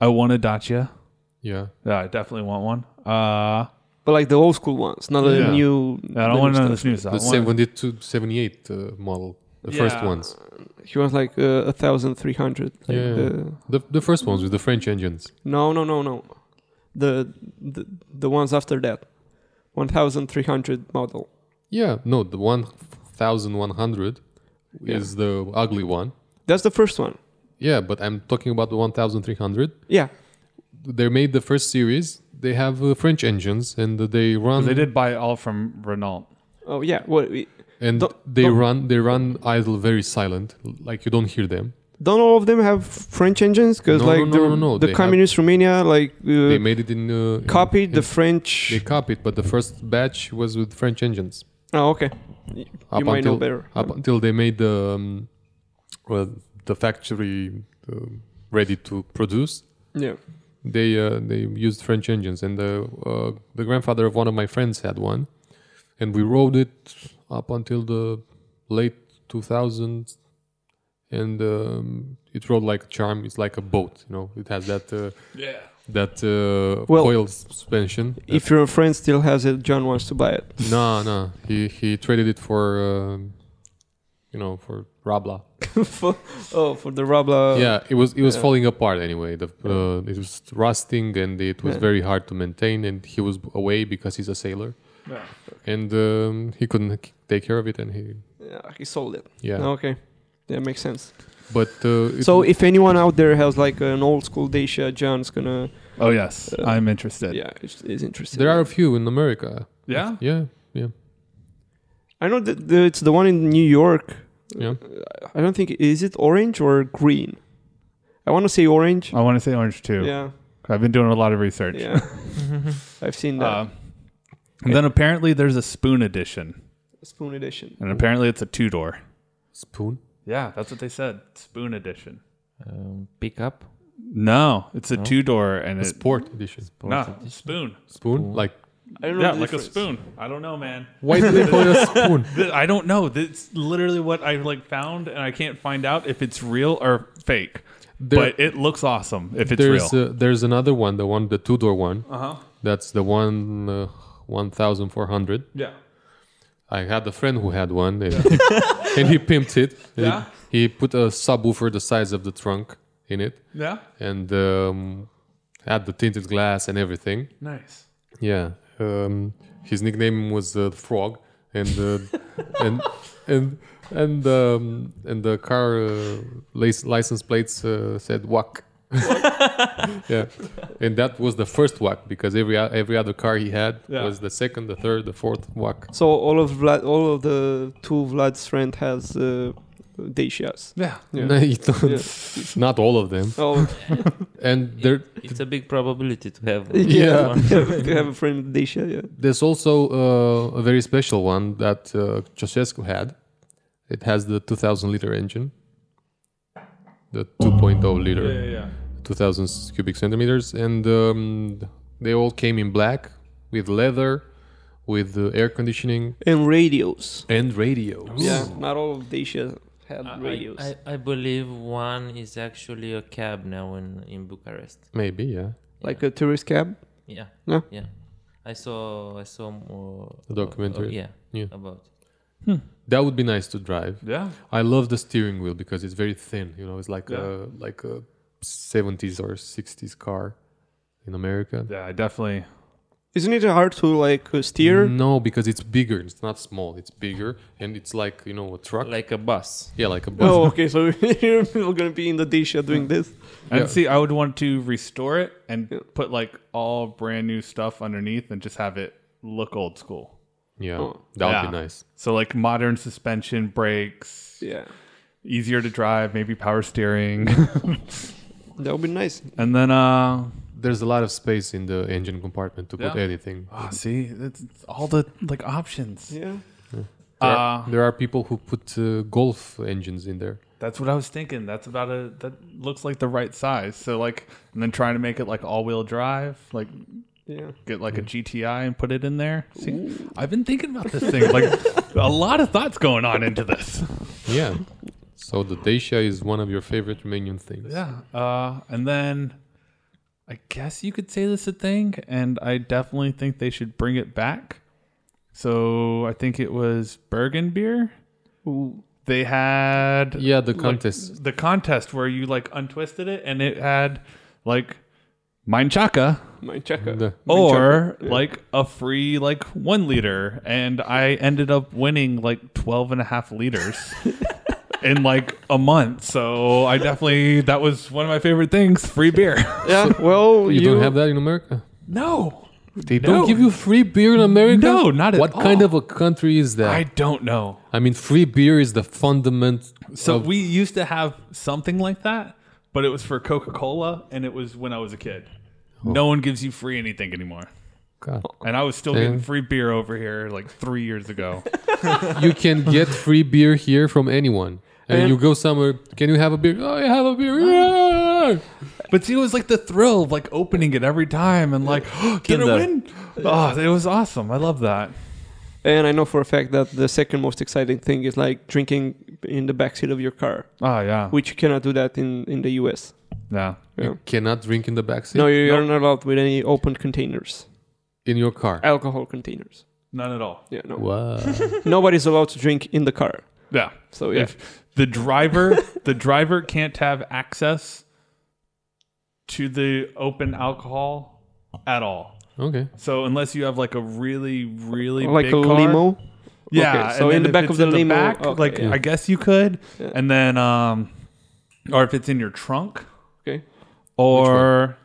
S3: I want a Dacia.
S4: yeah,
S3: Yeah, I definitely want one. Uh,
S1: But like the old school ones, not
S3: Yeah.
S1: the new.
S3: I don't want none of this new stuff.
S4: the
S3: I want-
S4: 72, 78 uh, model, the first
S3: Yeah.
S4: ones.
S1: He wants like a thousand three hundred. Like
S4: Yeah.
S1: the,
S4: The the first ones with the French engines.
S1: no, no, no, no. The the the ones after that, one thousand three hundred model.
S4: Yeah, no, the one thousand one hundred
S1: Yeah.
S4: is the ugly one.
S1: That's the first one.
S4: Yeah, but I'm talking about the one thousand three hundred.
S1: Yeah.
S4: They made the first series. They have uh, French engines, and they run.
S3: they did buy it all from Renault.
S1: Oh yeah. Well, we-
S4: and
S1: Don't-
S4: they
S1: don't-
S4: run. They run idle, very silent, like you don't hear them.
S1: don't all of them have French engines? Because
S4: No,
S1: like
S4: no, no,
S1: the,
S4: no, no,
S1: the
S4: they have-
S1: communist Romania like
S4: They
S1: uh,
S4: made it in uh, in-
S1: copied
S4: in-
S1: the French.
S4: They copied, but the first batch was with French engines.
S1: oh okay. You
S4: Up
S1: might
S4: until
S1: know better.
S4: up until they made the um, well, the factory uh, ready to produce.
S1: yeah.
S4: They uh, they used French engines, and the uh, the grandfather of one of my friends had one, and we rode it up until the late 2000s, and um, it rode like a charm. It's like a boat, you know. It has that uh,
S3: Yeah.
S4: that uh,
S1: Well,
S4: coil suspension.
S1: If your friend still has it, John wants to buy it.
S4: No, no. He he traded it for um, you know for Rabla.
S1: for, oh, for the Rabla.
S4: yeah, it was it was
S1: yeah.
S4: falling apart anyway. The uh, it was rusting and it was
S1: Yeah.
S4: very hard to maintain. And he was away because he's a sailor
S3: Yeah.
S4: and um, he couldn't c- take care of it. And he
S1: Yeah, he sold it.
S4: yeah,
S1: Okay. That makes sense.
S4: but uh, it,
S1: So if anyone out there has like an old school Dacia, John's gonna
S3: Oh yes,
S1: Uh,
S3: I'm interested.
S1: yeah is, is interested.
S4: there are a few in America.
S3: Yeah?
S4: Yeah, yeah,
S1: I know that the, it's the one in New York.
S4: yeah.
S1: I don't think is it orange or green. I want to say orange.
S3: I want to say orange too.
S1: Yeah,
S3: I've been doing a lot of research.
S1: yeah. I've seen that
S3: Uh, and then apparently there's a spoon edition,
S1: spoon edition.
S3: and apparently it's a two door.
S4: Spoon.
S3: Yeah, that's what they said. Spoon edition.
S2: Um, pick up.
S3: No, it's a
S2: No?
S3: two door, and
S4: A
S3: it's
S4: sport edition.
S2: Sport
S3: nah,
S2: edition.
S3: spoon.
S4: Spoon
S2: Spoon.
S4: like
S1: I don't know.
S3: Yeah,
S1: the
S3: like a
S1: difference.
S3: spoon. I don't know, man.
S4: Why do they call it a spoon?
S3: Th- I don't know. That's literally what I like found, and I can't find out if it's real or fake.
S4: There-
S3: but it looks awesome if it's real.
S4: There's uh there's another one, the one the two door one.
S3: uh huh.
S4: That's the one uh, one thousand four hundred.
S3: Yeah.
S4: I had a friend who had one, and, and he pimped it. And
S3: Yeah.
S4: He, he put a subwoofer the size of the trunk in it,
S3: Yeah.
S4: and um, had the tinted glass and everything.
S3: Nice.
S4: Yeah. Um, his nickname was uh, Frog, and uh, and and and um, and the car uh, lic- license plates uh, said "Wak." yeah, and that was the first Wak because every o- every other car he had
S3: Yeah.
S4: was the second, the third, the fourth Wak.
S1: So all of Vlad, all of the two Vlad's friend has uh, Dacias.
S3: Yeah.
S1: Yeah.
S4: No, you don't-
S1: Yeah.
S4: Not all of them,
S1: Oh,
S4: and there
S2: It's a big probability to have.
S4: Yeah.
S2: one.
S1: you have a friend with Dacia, yeah.
S4: there's also uh, a very special one that uh, Ceausescu had. It has the 2,000 liter engine, the 2.0 liter.
S3: Yeah. Yeah.
S4: 2000 cubic centimeters and um, they all came in black with leather with uh, air conditioning
S1: And radios.
S4: and radios
S1: Yeah, not all of Dacia had
S2: I-
S1: radios.
S2: I, I believe one is actually a cab now in, in Bucharest.
S4: maybe yeah
S1: like a tourist cab.
S2: Yeah.
S1: Yeah.
S2: Yeah. I saw I saw more
S4: The documentary.
S2: uh, yeah.
S4: Yeah.
S2: About. it.
S4: that would be nice to drive
S3: Yeah.
S4: i love the steering wheel because it's very thin you know it's like
S3: Yeah.
S4: a like a 70s or 60s car in america
S3: Yeah. I definitely.
S1: Isn't it hard to like uh, steer?
S4: no because it's bigger it's not small it's bigger and it's like you know a truck
S2: Like a bus.
S4: yeah like a bus
S1: Oh, okay. So you're gonna be in the Dacia doing this.
S3: And
S4: Yeah.
S3: see, I would want to restore it and put like all brand new stuff underneath and just have it look old school.
S4: yeah that would
S3: Yeah.
S4: be nice
S3: So like modern suspension, brakes,
S1: Yeah,
S3: easier to drive, maybe power steering.
S1: that would be nice.
S3: and then uh
S4: there's a lot of space in the engine compartment to put
S3: Yeah.
S4: anything
S3: oh, see, it's, it's all the like options.
S1: Yeah.
S4: There,
S3: Uh,
S4: there are people who put uh, golf engines in there.
S3: That's what I was thinking. That's about a that looks like the right size. So like and then trying to make it like all wheel drive, like
S1: Yeah.
S3: get like a GTI and put it in there. See, I've been thinking about this thing. Like a lot of thoughts going on into this.
S4: Yeah. So the Dacia is one of your favorite Romanian things.
S3: Yeah. Uh, and then I guess you could say this a thing, and I definitely think they should bring it back. So I think it was Bergen beer.
S1: Ooh.
S3: They had
S4: Yeah, the contest.
S3: the contest where you like untwisted it and it had like mine chaka
S1: My checker.
S4: The-
S3: or like a free like one liter and i ended up winning like 12 and a half liters in like a month so i definitely that was one of my favorite things free beer
S1: Yeah. Well,
S4: you, don't have that in America.
S3: no
S4: They
S3: No.
S4: don't give you free beer in America.
S3: No, not at
S4: what
S3: all.
S4: kind of a country is that?
S3: i
S4: I,
S3: don't know
S4: mean, free beer is the fundament.
S3: so
S4: of,
S3: we used to have something like that but it was for coca-cola and it was when i was a kid no one gives you free anything anymore
S4: God.
S3: and i was still
S4: Yeah.
S3: getting free beer over here like three years ago
S4: you can get free beer here from anyone. And
S1: And-
S4: you go somewhere. Can you have a beer? Oh, I have a beer. Yeah.
S3: But see, it was like the thrill of like opening it every time and like, did it
S4: Kinder.
S3: win? Oh, it was awesome. I love that.
S1: And I know for a fact that the second most exciting thing is like drinking in the backseat of your car,
S3: Oh, yeah.
S1: which you cannot do that in in the U.S.
S3: yeah.
S1: Yeah.
S4: Cannot drink in the backseat
S1: No, you're not allowed with any open containers,
S4: in your car.
S1: alcohol containers.
S3: None at all.
S1: Yeah. No.
S4: Wow.
S1: Nobody's allowed to drink in the car.
S3: Yeah.
S1: So yeah.
S3: If the driver, the driver can't have access to the open alcohol at all.
S4: okay.
S3: So unless you have like a really, really
S1: like
S3: big
S1: a
S3: car-
S1: limo.
S3: Yeah.
S1: Okay, so in
S3: and then
S1: the
S3: if
S1: back of
S3: it's
S1: the
S3: in
S1: limo,
S3: back,
S1: okay,
S3: like
S1: yeah.
S3: I guess you could,
S1: Yeah.
S3: and then um, or if it's in your trunk,
S1: Okay.
S3: or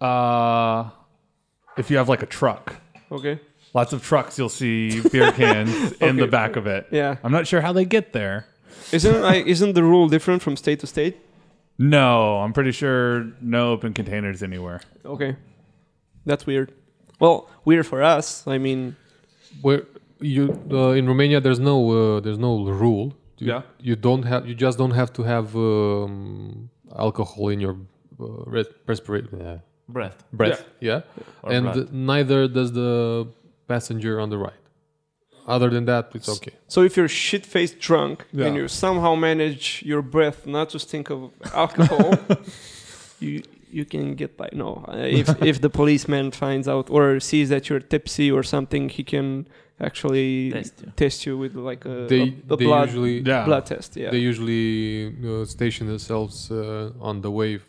S3: uh, if you have like a truck.
S1: Okay.
S3: Lots of trucks, you'll see beer cans in the
S1: Okay.
S3: back of it.
S1: Yeah.
S3: I'm not sure how they get there.
S1: Isn't like isn't the rule different from state to state?
S3: No, I'm pretty sure no open containers anywhere.
S1: Okay. That's weird. Well, weird for us. I mean,
S4: Where you uh, in Romania, there's no uh, there's no rule. You,
S3: Yeah.
S4: you don't have you just don't have to have um, alcohol in your uh, res- respirate. Uh,
S2: breath.
S4: breath. Yeah.
S2: Or
S4: And
S2: blood.
S4: neither does the passenger on the right. Other than that, it's okay.
S1: So if you're shit faced drunk
S3: Yeah.
S1: and you somehow manage your breath not to stink of alcohol, you you can get by. No, Uh, if if the policeman finds out or sees that you're tipsy or something, he can actually
S2: Test you.
S1: test you with like
S3: uh,
S1: a,
S4: They
S1: a- a
S4: they
S1: blood
S4: usually
S3: Yeah.
S1: blood test. Yeah,
S4: they usually uh, station themselves uh, on the way uh,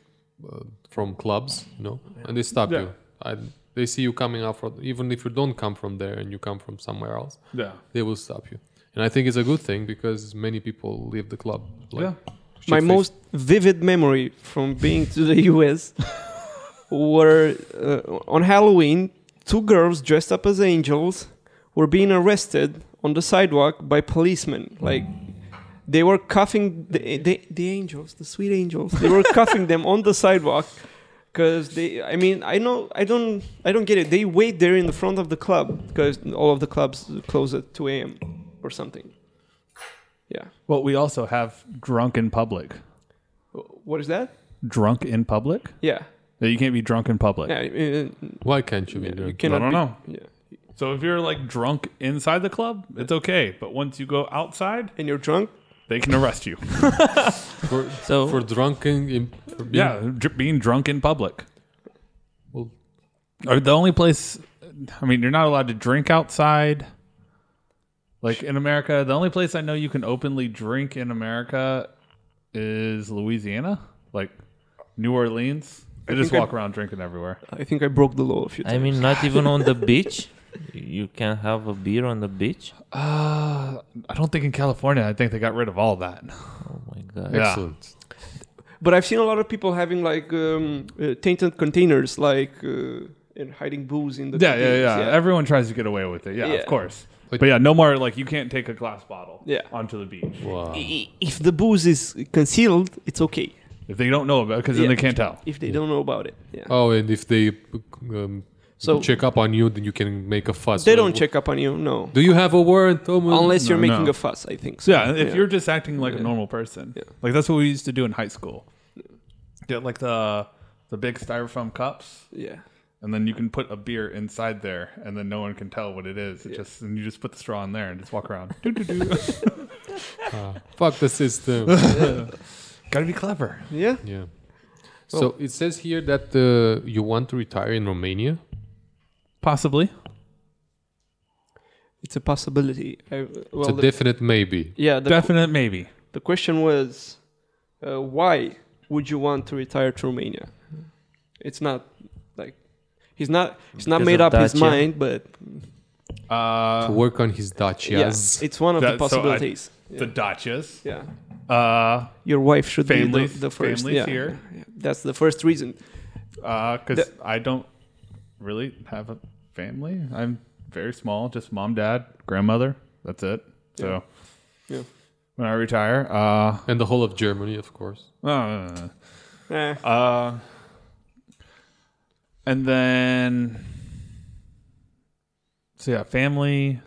S4: from clubs, you know, and they stop
S3: Yeah.
S4: you. I, they see you coming out from even if you don't come from there and you come from somewhere else,
S3: Yeah.
S4: they will stop you. And I think it's a good thing because many people leave the club.
S3: Yeah.
S1: my
S4: shit-faced.
S1: most vivid memory from being to the US were uh, on Halloween, two girls dressed up as angels were being arrested on the sidewalk by policemen. Like they were cuffing the the, the angels, the sweet angels. They were cuffing them on the sidewalk because they. I mean, I know, I don't, I don't get it. They wait there in the front of the club because all of the clubs close at 2 a.m. or something. Yeah.
S3: Well, we also have drunk in public.
S1: What is that?
S3: Drunk in public?
S1: Yeah.
S3: Yeah, You can't be drunk in public.
S1: Yeah, uh,
S4: Why can't you be
S1: Yeah,
S4: there?
S1: you
S3: I
S1: cannot
S3: don't
S1: be-
S3: know.
S1: Yeah.
S3: So if you're like drunk inside the club, it's okay. But once you go outside,
S1: And you're drunk?
S3: they can arrest you.
S4: For,
S2: So
S4: for drunken, in, for being,
S3: yeah, dr- being drunk in public.
S4: Well-
S3: Or the only place, I mean, you're not allowed to drink outside. Like in America, the only place I know you can openly drink in America is Louisiana, like New Orleans. They just
S1: think I-
S3: walk around drinking everywhere.
S1: I think I broke the law a few times.
S2: I mean, not even on the beach. You can have a beer on the beach.
S3: Uh, I don't think in California. I think they got rid of all that.
S2: Oh my god!
S3: Yeah.
S4: excellent.
S1: But I've seen a lot of people having like um, uh, tainted containers, like uh, and hiding booze in the
S3: Yeah, yeah,
S1: containers,
S3: yeah, Everyone tries to get away with it. Yeah,
S1: Yeah.
S3: of course.
S4: But-
S3: But yeah, no more like you can't take a glass bottle
S1: Yeah.
S3: onto the beach
S4: Wow.
S1: I- If the booze is concealed, it's okay.
S3: if they don't know about because then
S1: Yeah.
S3: they can't tell.
S1: If they don't know about it, yeah.
S4: Oh, and if they um,
S1: So-
S4: check up on you, then you can make a fuss.
S1: they
S4: Well,
S1: don't
S4: w-
S1: check up on you, no.
S4: Do you have a warrant? Oh, my-
S1: Unless you're
S3: No,
S1: making
S3: no.
S1: a fuss, I think. So.
S3: Yeah, if you're just acting like a normal person,
S1: Yeah.
S3: like that's what we used to do in high school. Get like the the big styrofoam cups,
S1: yeah.
S3: and then you can put a beer inside there, and then no one can tell what it is. It just and you just put the straw in there and just walk around. Doo, doo, doo.
S4: fuck the system.
S3: Gotta be clever.
S1: Yeah.
S4: yeah. So it says here that uh, you want to retire in Romania.
S3: Possibly.
S1: It's a possibility. I, well,
S4: it's a
S1: the-
S4: definite maybe.
S1: yeah, the,
S3: Definite maybe.
S1: the question was uh, why would you want to retire to Romania? It's not like he's not he's not
S2: Because
S1: made
S2: of
S1: up his
S2: Dacia.
S1: mind, but
S4: To
S3: Uh,
S4: work on his Dacias.
S1: yes, it's one of the
S3: That- so I-
S1: possibilities.
S3: The Dachas.
S1: yeah.
S3: Uh,
S1: your wife should be the-
S3: Families-
S1: the, first.
S3: families
S1: yeah.
S3: here.
S1: yeah. that's the first reason.
S3: because
S1: The-
S3: I don't really have a family. I'm very small, just mom, dad, grandmother. That's it. So
S1: Yeah.
S3: when I retire, uh,
S4: And the whole of Germany, of course.
S3: no, no, no,
S1: Eh,
S3: no. Uh, and then so yeah, family.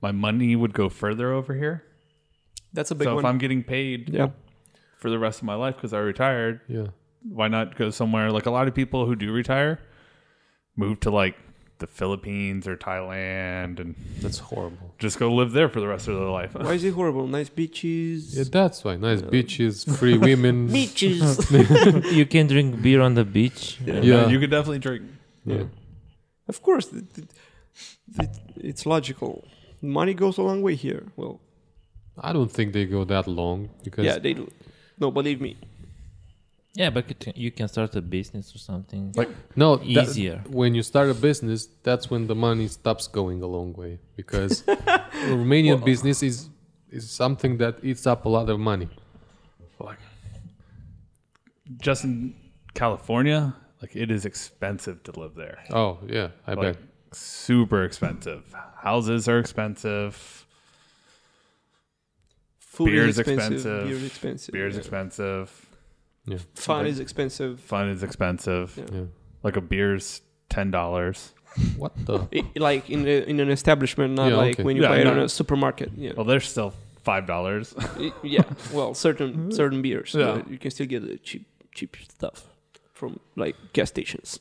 S3: My money would go further over here.
S1: that's a big
S3: so
S1: one.
S3: if I'm getting paid
S1: yeah,
S3: for the rest of my life because I retired,
S4: Yeah.
S3: why not go somewhere like a lot of people who do retire move to like the Philippines or Thailand and
S4: That's horrible.
S3: just go live there for the rest of their life.
S1: why is it horrible? Nice beaches.
S4: Yeah, that's why. Nice beaches, free women.
S1: Beaches.
S2: You can drink beer on the beach.
S4: Yeah.
S3: You could definitely drink.
S4: yeah.
S1: of course, it, it, it- it's logical. Money goes a long way here. Well,
S4: I don't think they go that long because
S1: yeah, they do. No, believe me.
S2: Yeah, but you can- you can start a business or something. Like
S4: no that-
S2: Easier.
S4: when you start a business, that's when the money stops going a long way because Romanian business is is something that eats up a lot of money.
S3: Like just in California, like it is expensive to live there.
S4: Oh yeah, I
S3: Like
S4: bet.
S3: super expensive. Houses are expensive.
S1: Food
S3: Beer's
S1: is expensive.
S3: expensive.
S1: Beer's expensive.
S3: Beer's
S1: yeah.
S3: expensive.
S4: Yeah,
S1: Fun is expensive.
S3: Fun is expensive.
S1: Yeah.
S4: yeah.
S3: Like a beer's ten dollars.
S4: What the?
S1: I like in a, in an establishment, not
S4: Yeah,
S1: like
S4: okay.
S1: when you
S3: Yeah,
S1: buy it
S3: yeah. Oh.
S1: on a supermarket. Yeah,
S3: Well, they're still five dollars.
S1: I- yeah. Well, certain certain beers,
S3: Yeah.
S1: but you can still get the cheap cheap stuff. from like gas stations,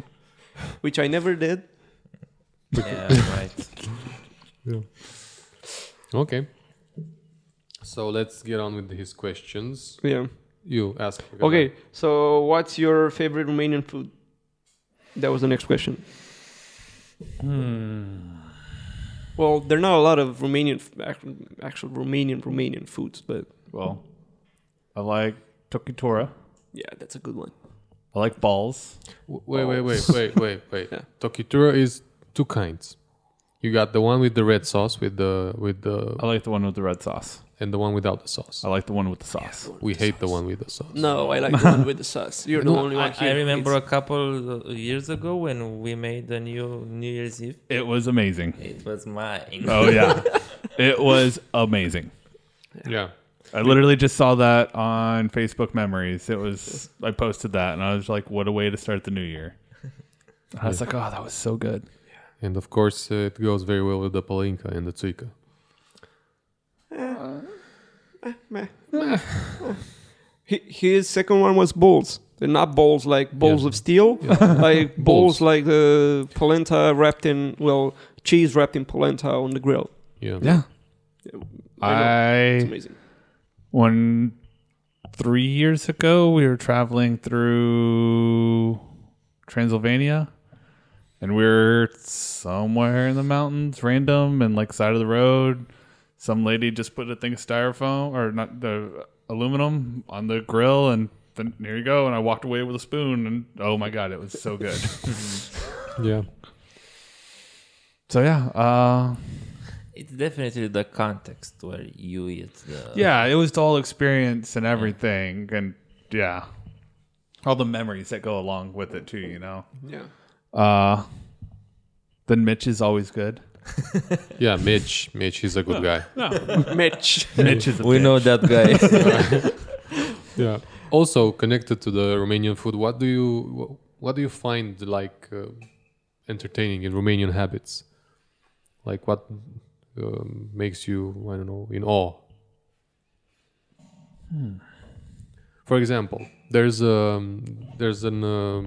S1: which I never did.
S2: yeah, right.
S4: Okay. So let's get on with his questions.
S1: Yeah.
S4: You ask. Gana.
S1: Okay. So, what's your favorite Romanian food? That was the next question. Well, there are not a lot of Romanian, f- actual, actual Romanian Romanian foods, but
S3: Well, I like Tokitora.
S1: yeah, that's a good one.
S3: I like balls.
S4: W- Wait, wait, wait, wait, wait, wait.
S1: Oh. Yeah.
S4: Tokitura is two kinds. You got the one with the red sauce, with the with the,
S3: I like the one with the red sauce.
S4: and the one without the sauce.
S3: I like the one with the sauce.
S4: We hate the one with the sauce.
S1: Oh. No, I like the one with the sauce. You're the only one
S2: I,
S1: here.
S2: I remember a couple uh, years ago when we made the new New Year's Eve.
S3: It was amazing.
S2: It was mine.
S3: Oh yeah, it was amazing.
S4: Yeah.
S3: I literally just saw that on Facebook Memories. It was I posted that and I was like, what a way to start the new year. And I was like, oh, that was so good.
S4: And of course, uh, it goes very well with the palinka and the tsuika.
S1: Eh, Meh. Hi- His second one was balls. They're not balls like balls
S4: Yeah.
S1: of steel, like balls.
S4: Balls.
S1: like the polenta wrapped in well cheese wrapped in polenta on the grill.
S4: Yeah.
S1: I know. it's
S3: I
S1: amazing.
S3: one three years ago we were traveling through Transylvania and we were somewhere in the mountains, random and like side of the road. Some lady just put a thing of styrofoam or not the aluminum on the grill and then here you go and I walked away with a spoon and oh my god, it was so good.
S4: Yeah.
S3: so yeah, uh
S2: It's definitely the context where you eat the.
S3: yeah, it was the whole experience and everything and yeah. All the memories that go along with it too, you know.
S1: Yeah.
S3: Uh, then Mitch is always good.
S4: Yeah, Mitch. Mitch, he's a good guy.
S1: Mitch.
S3: Mitch is a
S2: We know that guy.
S4: Yeah. Also connected to the Romanian food, what do you wh- what do you find like uh, entertaining in Romanian habits? Like what um, makes you I don't know in awe? For example, there's a there's an um,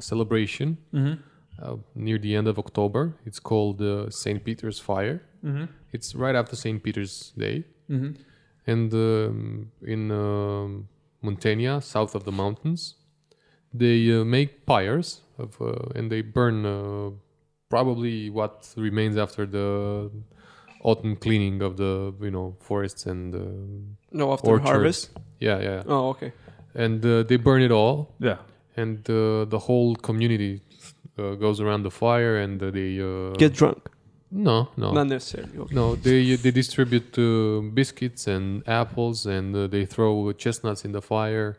S4: a celebration uh, near the end of October. It's called uh, Saint Peter's Fire. It's right after Saint Peter's Day and um, in um Montania, south of the mountains, they uh, make pyres of, uh, and they burn uh, probably what remains after the autumn cleaning of the you know forests and uh,
S1: No, after
S4: orchards.
S1: harvest.
S4: Yeah, yeah,
S1: Oh, okay.
S4: and uh, they burn it all,
S3: Yeah.
S4: and uh, the whole community uh, goes around the fire, and uh, they uh, oh.
S1: Get drunk.
S4: no, no,
S1: Not necessarily. Okay.
S4: no, they they distribute uh, biscuits and apples, and uh, they throw chestnuts in the fire,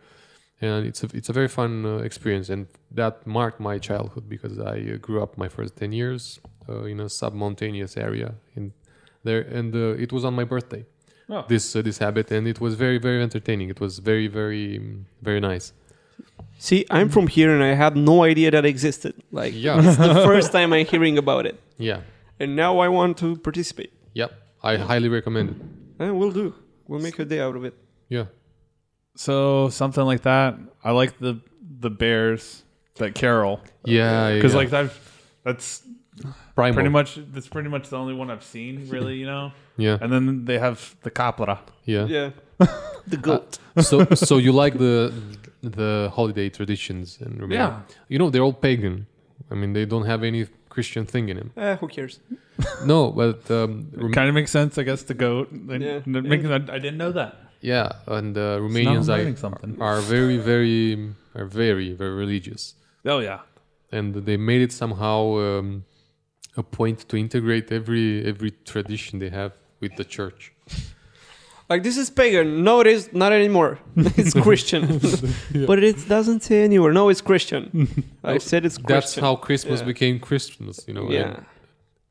S4: and it's a it's a very fun uh, experience, and that marked my childhood because I uh, grew up my first ten years uh, in a submountainous area in there, and uh, it was on my birthday.
S3: Oh.
S4: This uh, this habit, and it was very very entertaining. It was very very mm, very nice.
S1: See, I'm from here and I had no idea that existed. Like,
S4: Yeah,
S1: it's the first time I'm hearing about it,
S4: yeah,
S1: and now I want to participate.
S4: yep. I highly recommend it.
S1: And we'll do. We'll make a day out of it.
S4: Yeah,
S3: So something like that. I like the the bears that Carol
S4: yeah,
S3: because
S4: yeah.
S3: like that that's
S4: primal.
S3: pretty much that's pretty much the only one I've seen really you know.
S4: Yeah,
S3: And then they have the capra.
S4: yeah.
S1: Yeah. the goat.
S4: so so you like the the holiday traditions in Romania?
S3: Yeah.
S4: You know they're all pagan. I mean they don't have any Christian thing in them.
S1: Eh, who cares?
S4: No, but um, Rom-
S3: Kind of makes sense, I guess. The goat. They,
S1: Yeah.
S3: they make- I didn't know that.
S4: yeah, and uh,
S3: Now I'm
S4: Romanians
S3: learning
S4: I,
S3: something.
S4: are very very are very very religious,
S3: Oh yeah.
S4: and they made it somehow um, a point to integrate every every tradition they have with the church.
S1: Like this is pagan. No, it is not anymore. it's Christian, but it doesn't say anywhere. No, it's Christian. I said it's Christian.
S4: That's how Christmas
S1: Yeah.
S4: became Christmas. You know,
S1: Yeah,
S4: And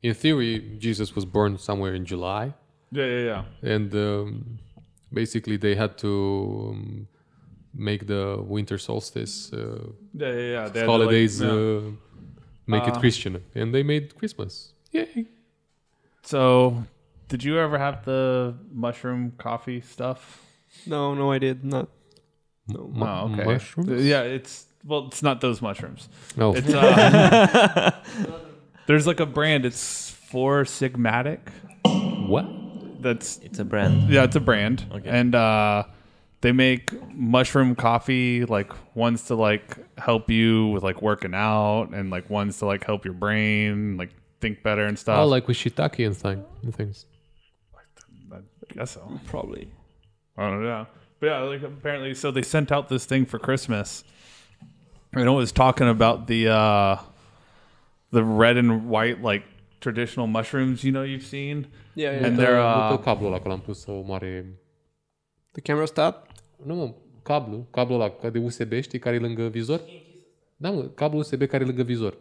S4: in theory, Jesus was born somewhere in July.
S3: Yeah, yeah, yeah.
S4: and um, basically they had to um, make the winter solstice uh,
S3: Yeah, yeah, yeah. They had to, like,
S4: holidays
S3: yeah.
S4: uh, make it
S3: Uh,
S4: Christian, and they made Christmas. Yay!
S3: Ah, so, did you ever have the mushroom coffee stuff?
S1: no, no, I did not. No.
S3: Oh, okay.
S4: Mushrooms? Oh,
S3: Yeah, it's well, it's not those mushrooms.
S4: No.
S3: It's uh, there's like a brand. It's Four Sigmatic.
S4: what?
S3: That's
S2: It's a brand.
S3: yeah, it's a brand,
S2: Okay.
S3: and uh, they make mushroom coffee. Like ones to like help you with like working out, and like ones to like help your brain, like think better and stuff.
S4: Oh, like with shiitake and, thing, and things.
S3: I guess so.
S1: Probably.
S3: I don't know. But yeah, like apparently, so they sent out this thing for Christmas, and it was talking about the uh, the red and white like traditional mushrooms you know you've seen.
S1: Yeah, yeah.
S3: And they're,
S4: Uite,
S3: uh,
S4: uite cablul ăla că l-am pus o mare...
S1: the camera stop.
S4: Nu, mă, cablu, cablul ăla ca de USB, știi, care e lângă vizor? Da, mă, cablul USB care e lângă vizor.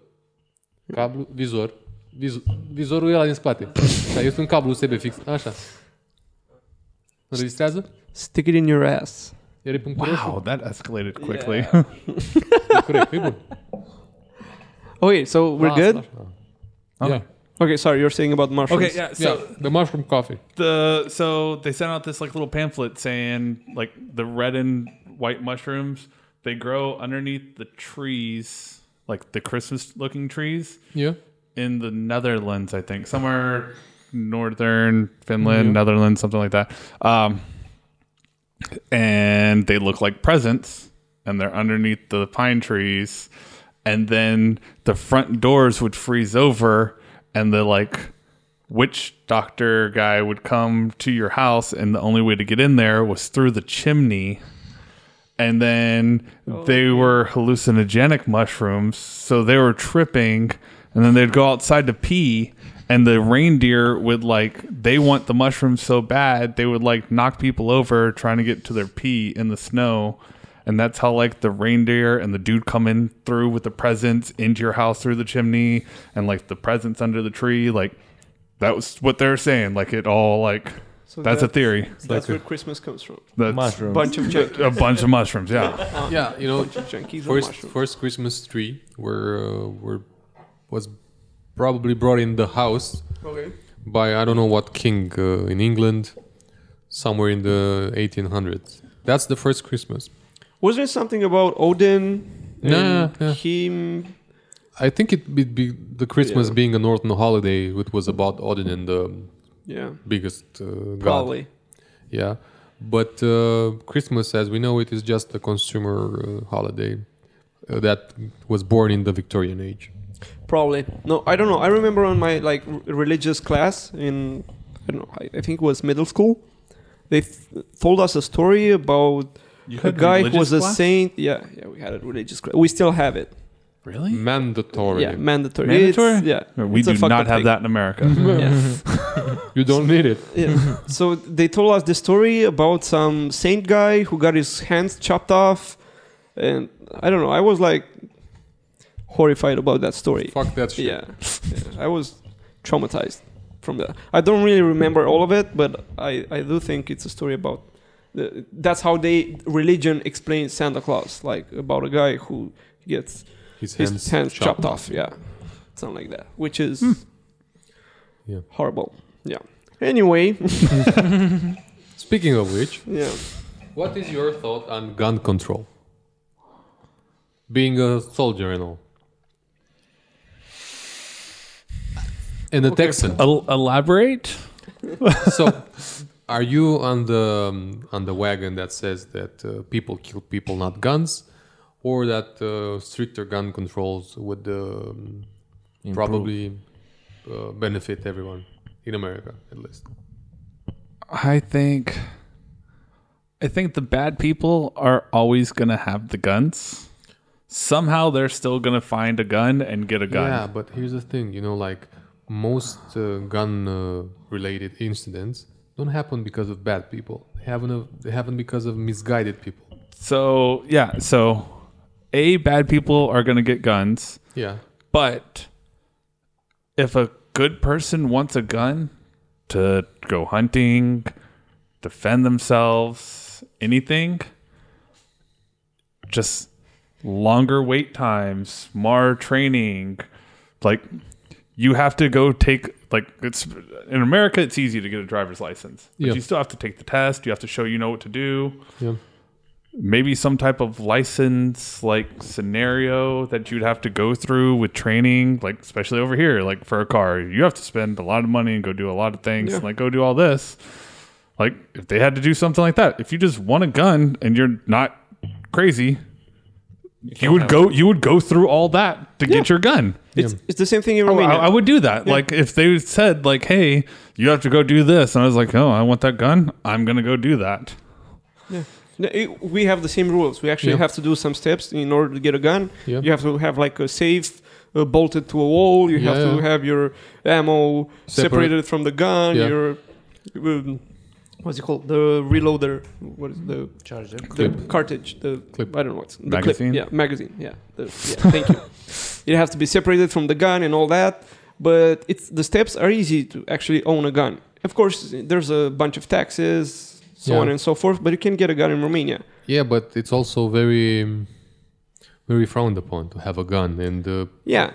S4: Cablu, vizor, vizor vizorul e ăla din spate. Da, este un cablu USB fix, așa. Înregistrează?
S1: Stick it in your ass.
S4: Iar e punctul roșu?
S3: Wow, that escalated quickly.
S4: E corect, e bun.
S1: Okay, so we're
S4: Da,
S1: good. Ah.
S4: asta, așa.
S3: okay.
S1: Okay, sorry, you're saying about mushrooms.
S3: Okay, yeah. So
S4: Yeah, the mushroom coffee.
S3: the so they sent out this like little pamphlet saying like the red and white mushrooms they grow underneath the trees, like the Christmas looking trees.
S4: Yeah.
S3: in the Netherlands, I think, somewhere northern Finland, Netherlands, something like that. Um, and they look like presents, and they're underneath the pine trees, and then the front doors would freeze over, and the like witch doctor guy would come to your house, and the only way to get in there was through the chimney and then they were hallucinogenic mushrooms, so they were tripping, and then they'd go outside to pee, and the reindeer would like they want the mushrooms so bad they would like knock people over trying to get to their pee in the snow. And that's how like the reindeer and the dude come in through with the presents into your house through the chimney and like the presents under the tree, like that was what they're saying. Like it all like that's a
S1: that-
S3: theory.
S1: That's where Christmas comes from.
S3: That's
S2: Mushrooms.
S1: Bunch of junk,
S3: a bunch of mushrooms, yeah.
S4: Yeah, you know,
S1: junkies and
S4: first
S1: mushrooms.
S4: first Christmas tree were uh, were was probably brought in the house
S1: Okay.
S4: by I don't know what king uh, in England, somewhere in the 1800s. That's the first Christmas.
S1: Was there something about Odin?
S4: No,
S1: and
S4: yeah.
S1: Him.
S4: I think it be, be the Christmas
S1: Yeah.
S4: being a northern holiday, it was about Odin and the
S1: Yeah.
S4: biggest uh, god.
S1: Probably.
S4: Yeah, but uh, Christmas, as we know it, is just a consumer uh, holiday uh, that was born in the Victorian age.
S1: Probably. No, I don't know. I remember on my like r- religious class in I don't know. I, I think it was middle school. They th- told us a story about
S3: You
S1: a
S3: had
S1: guy who
S3: religious
S1: was a
S3: class?
S1: saint. Yeah, yeah. We had a religious class. We still have it.
S3: Really?
S4: Mandatory.
S1: Yeah, mandatory. It's-
S3: Mandatory?
S1: yeah.
S3: We
S1: it's a
S3: do
S1: fucked
S3: not
S1: up
S3: have
S1: thing.
S3: that in America.
S1: Yeah.
S4: You don't need it.
S1: Yeah. so they told us the story about some saint guy who got his hands chopped off, and I don't know. I was like horrified about that story.
S4: Fuck that shit.
S1: Yeah. yeah, I was traumatized from that. I don't really remember all of it, but I I do think it's a story about. The, that's how they religion explains Santa Claus, like about a guy who gets
S4: His
S1: his
S4: hands,
S1: hands, chopped off. Yeah, something like that, which is
S3: Hmm.
S4: Yeah.
S1: horrible. Yeah. Anyway,
S4: Speaking of which,
S1: yeah.
S4: what is your thought on gun control? Being a soldier and all. And a Texan.
S3: elaborate?
S4: so, are you on the um, on the wagon that says that uh, people kill people, not guns, or that uh, stricter gun controls would um, probably uh, benefit everyone in America, at least?
S3: I think I think the bad people are always going to have the guns. Somehow they're still going to find a gun and get a gun.
S4: Yeah, but here's the thing, you know, like most uh, gun-related incidents don't happen because of bad people. They happen, of, they happen because of misguided people.
S3: So, yeah, so A bad people are going to get guns,
S4: Yeah,
S3: but if a good person wants a gun to go hunting, defend themselves, anything, just longer wait times, more training. Like you have to go take like it's in America it's easy to get a driver's license. But
S4: Yeah.
S3: you still have to take the test, you have to show you know what to do.
S4: yeah.
S3: maybe some type of license like scenario that you'd have to go through with training like especially over here like for a car you have to spend a lot of money and go do a lot of things
S1: Yeah.
S3: and like go do all this like if they had to do something like that if you just want a gun and you're not crazy you, would go you would go through all that to get your gun
S1: It's, it's the same thing in Romania.
S3: I, I would do that. Like if they said like, "Hey, you have to go do this," and I was like, "Oh, I want that gun. I'm gonna go do that."
S1: No, it- we have the same rules. We actually
S4: Yeah.
S1: have to do some steps in order to get a gun.
S4: Yeah.
S1: You have to have like a safe uh, bolted to a wall. You have to
S4: Yeah.
S1: have your ammo
S4: Separate.
S1: separated from the gun.
S4: Yeah.
S1: Your um, what's it called? The reloader. What is the
S2: Charger.
S1: the
S4: Clip.
S1: cartridge? The
S4: Clip.
S1: I don't know what's the
S3: Magazine?
S1: Clip. Yeah, magazine. Yeah. The- yeah thank you. It has to be separated from the gun and all that. But it's the steps are easy to actually own a gun. Of course, there's a bunch of taxes, so
S4: Yeah.
S1: on and so forth. But you can get a gun in Romania.
S4: Yeah, but it's also very, um, very frowned upon to have a gun, and uh,
S1: Yeah,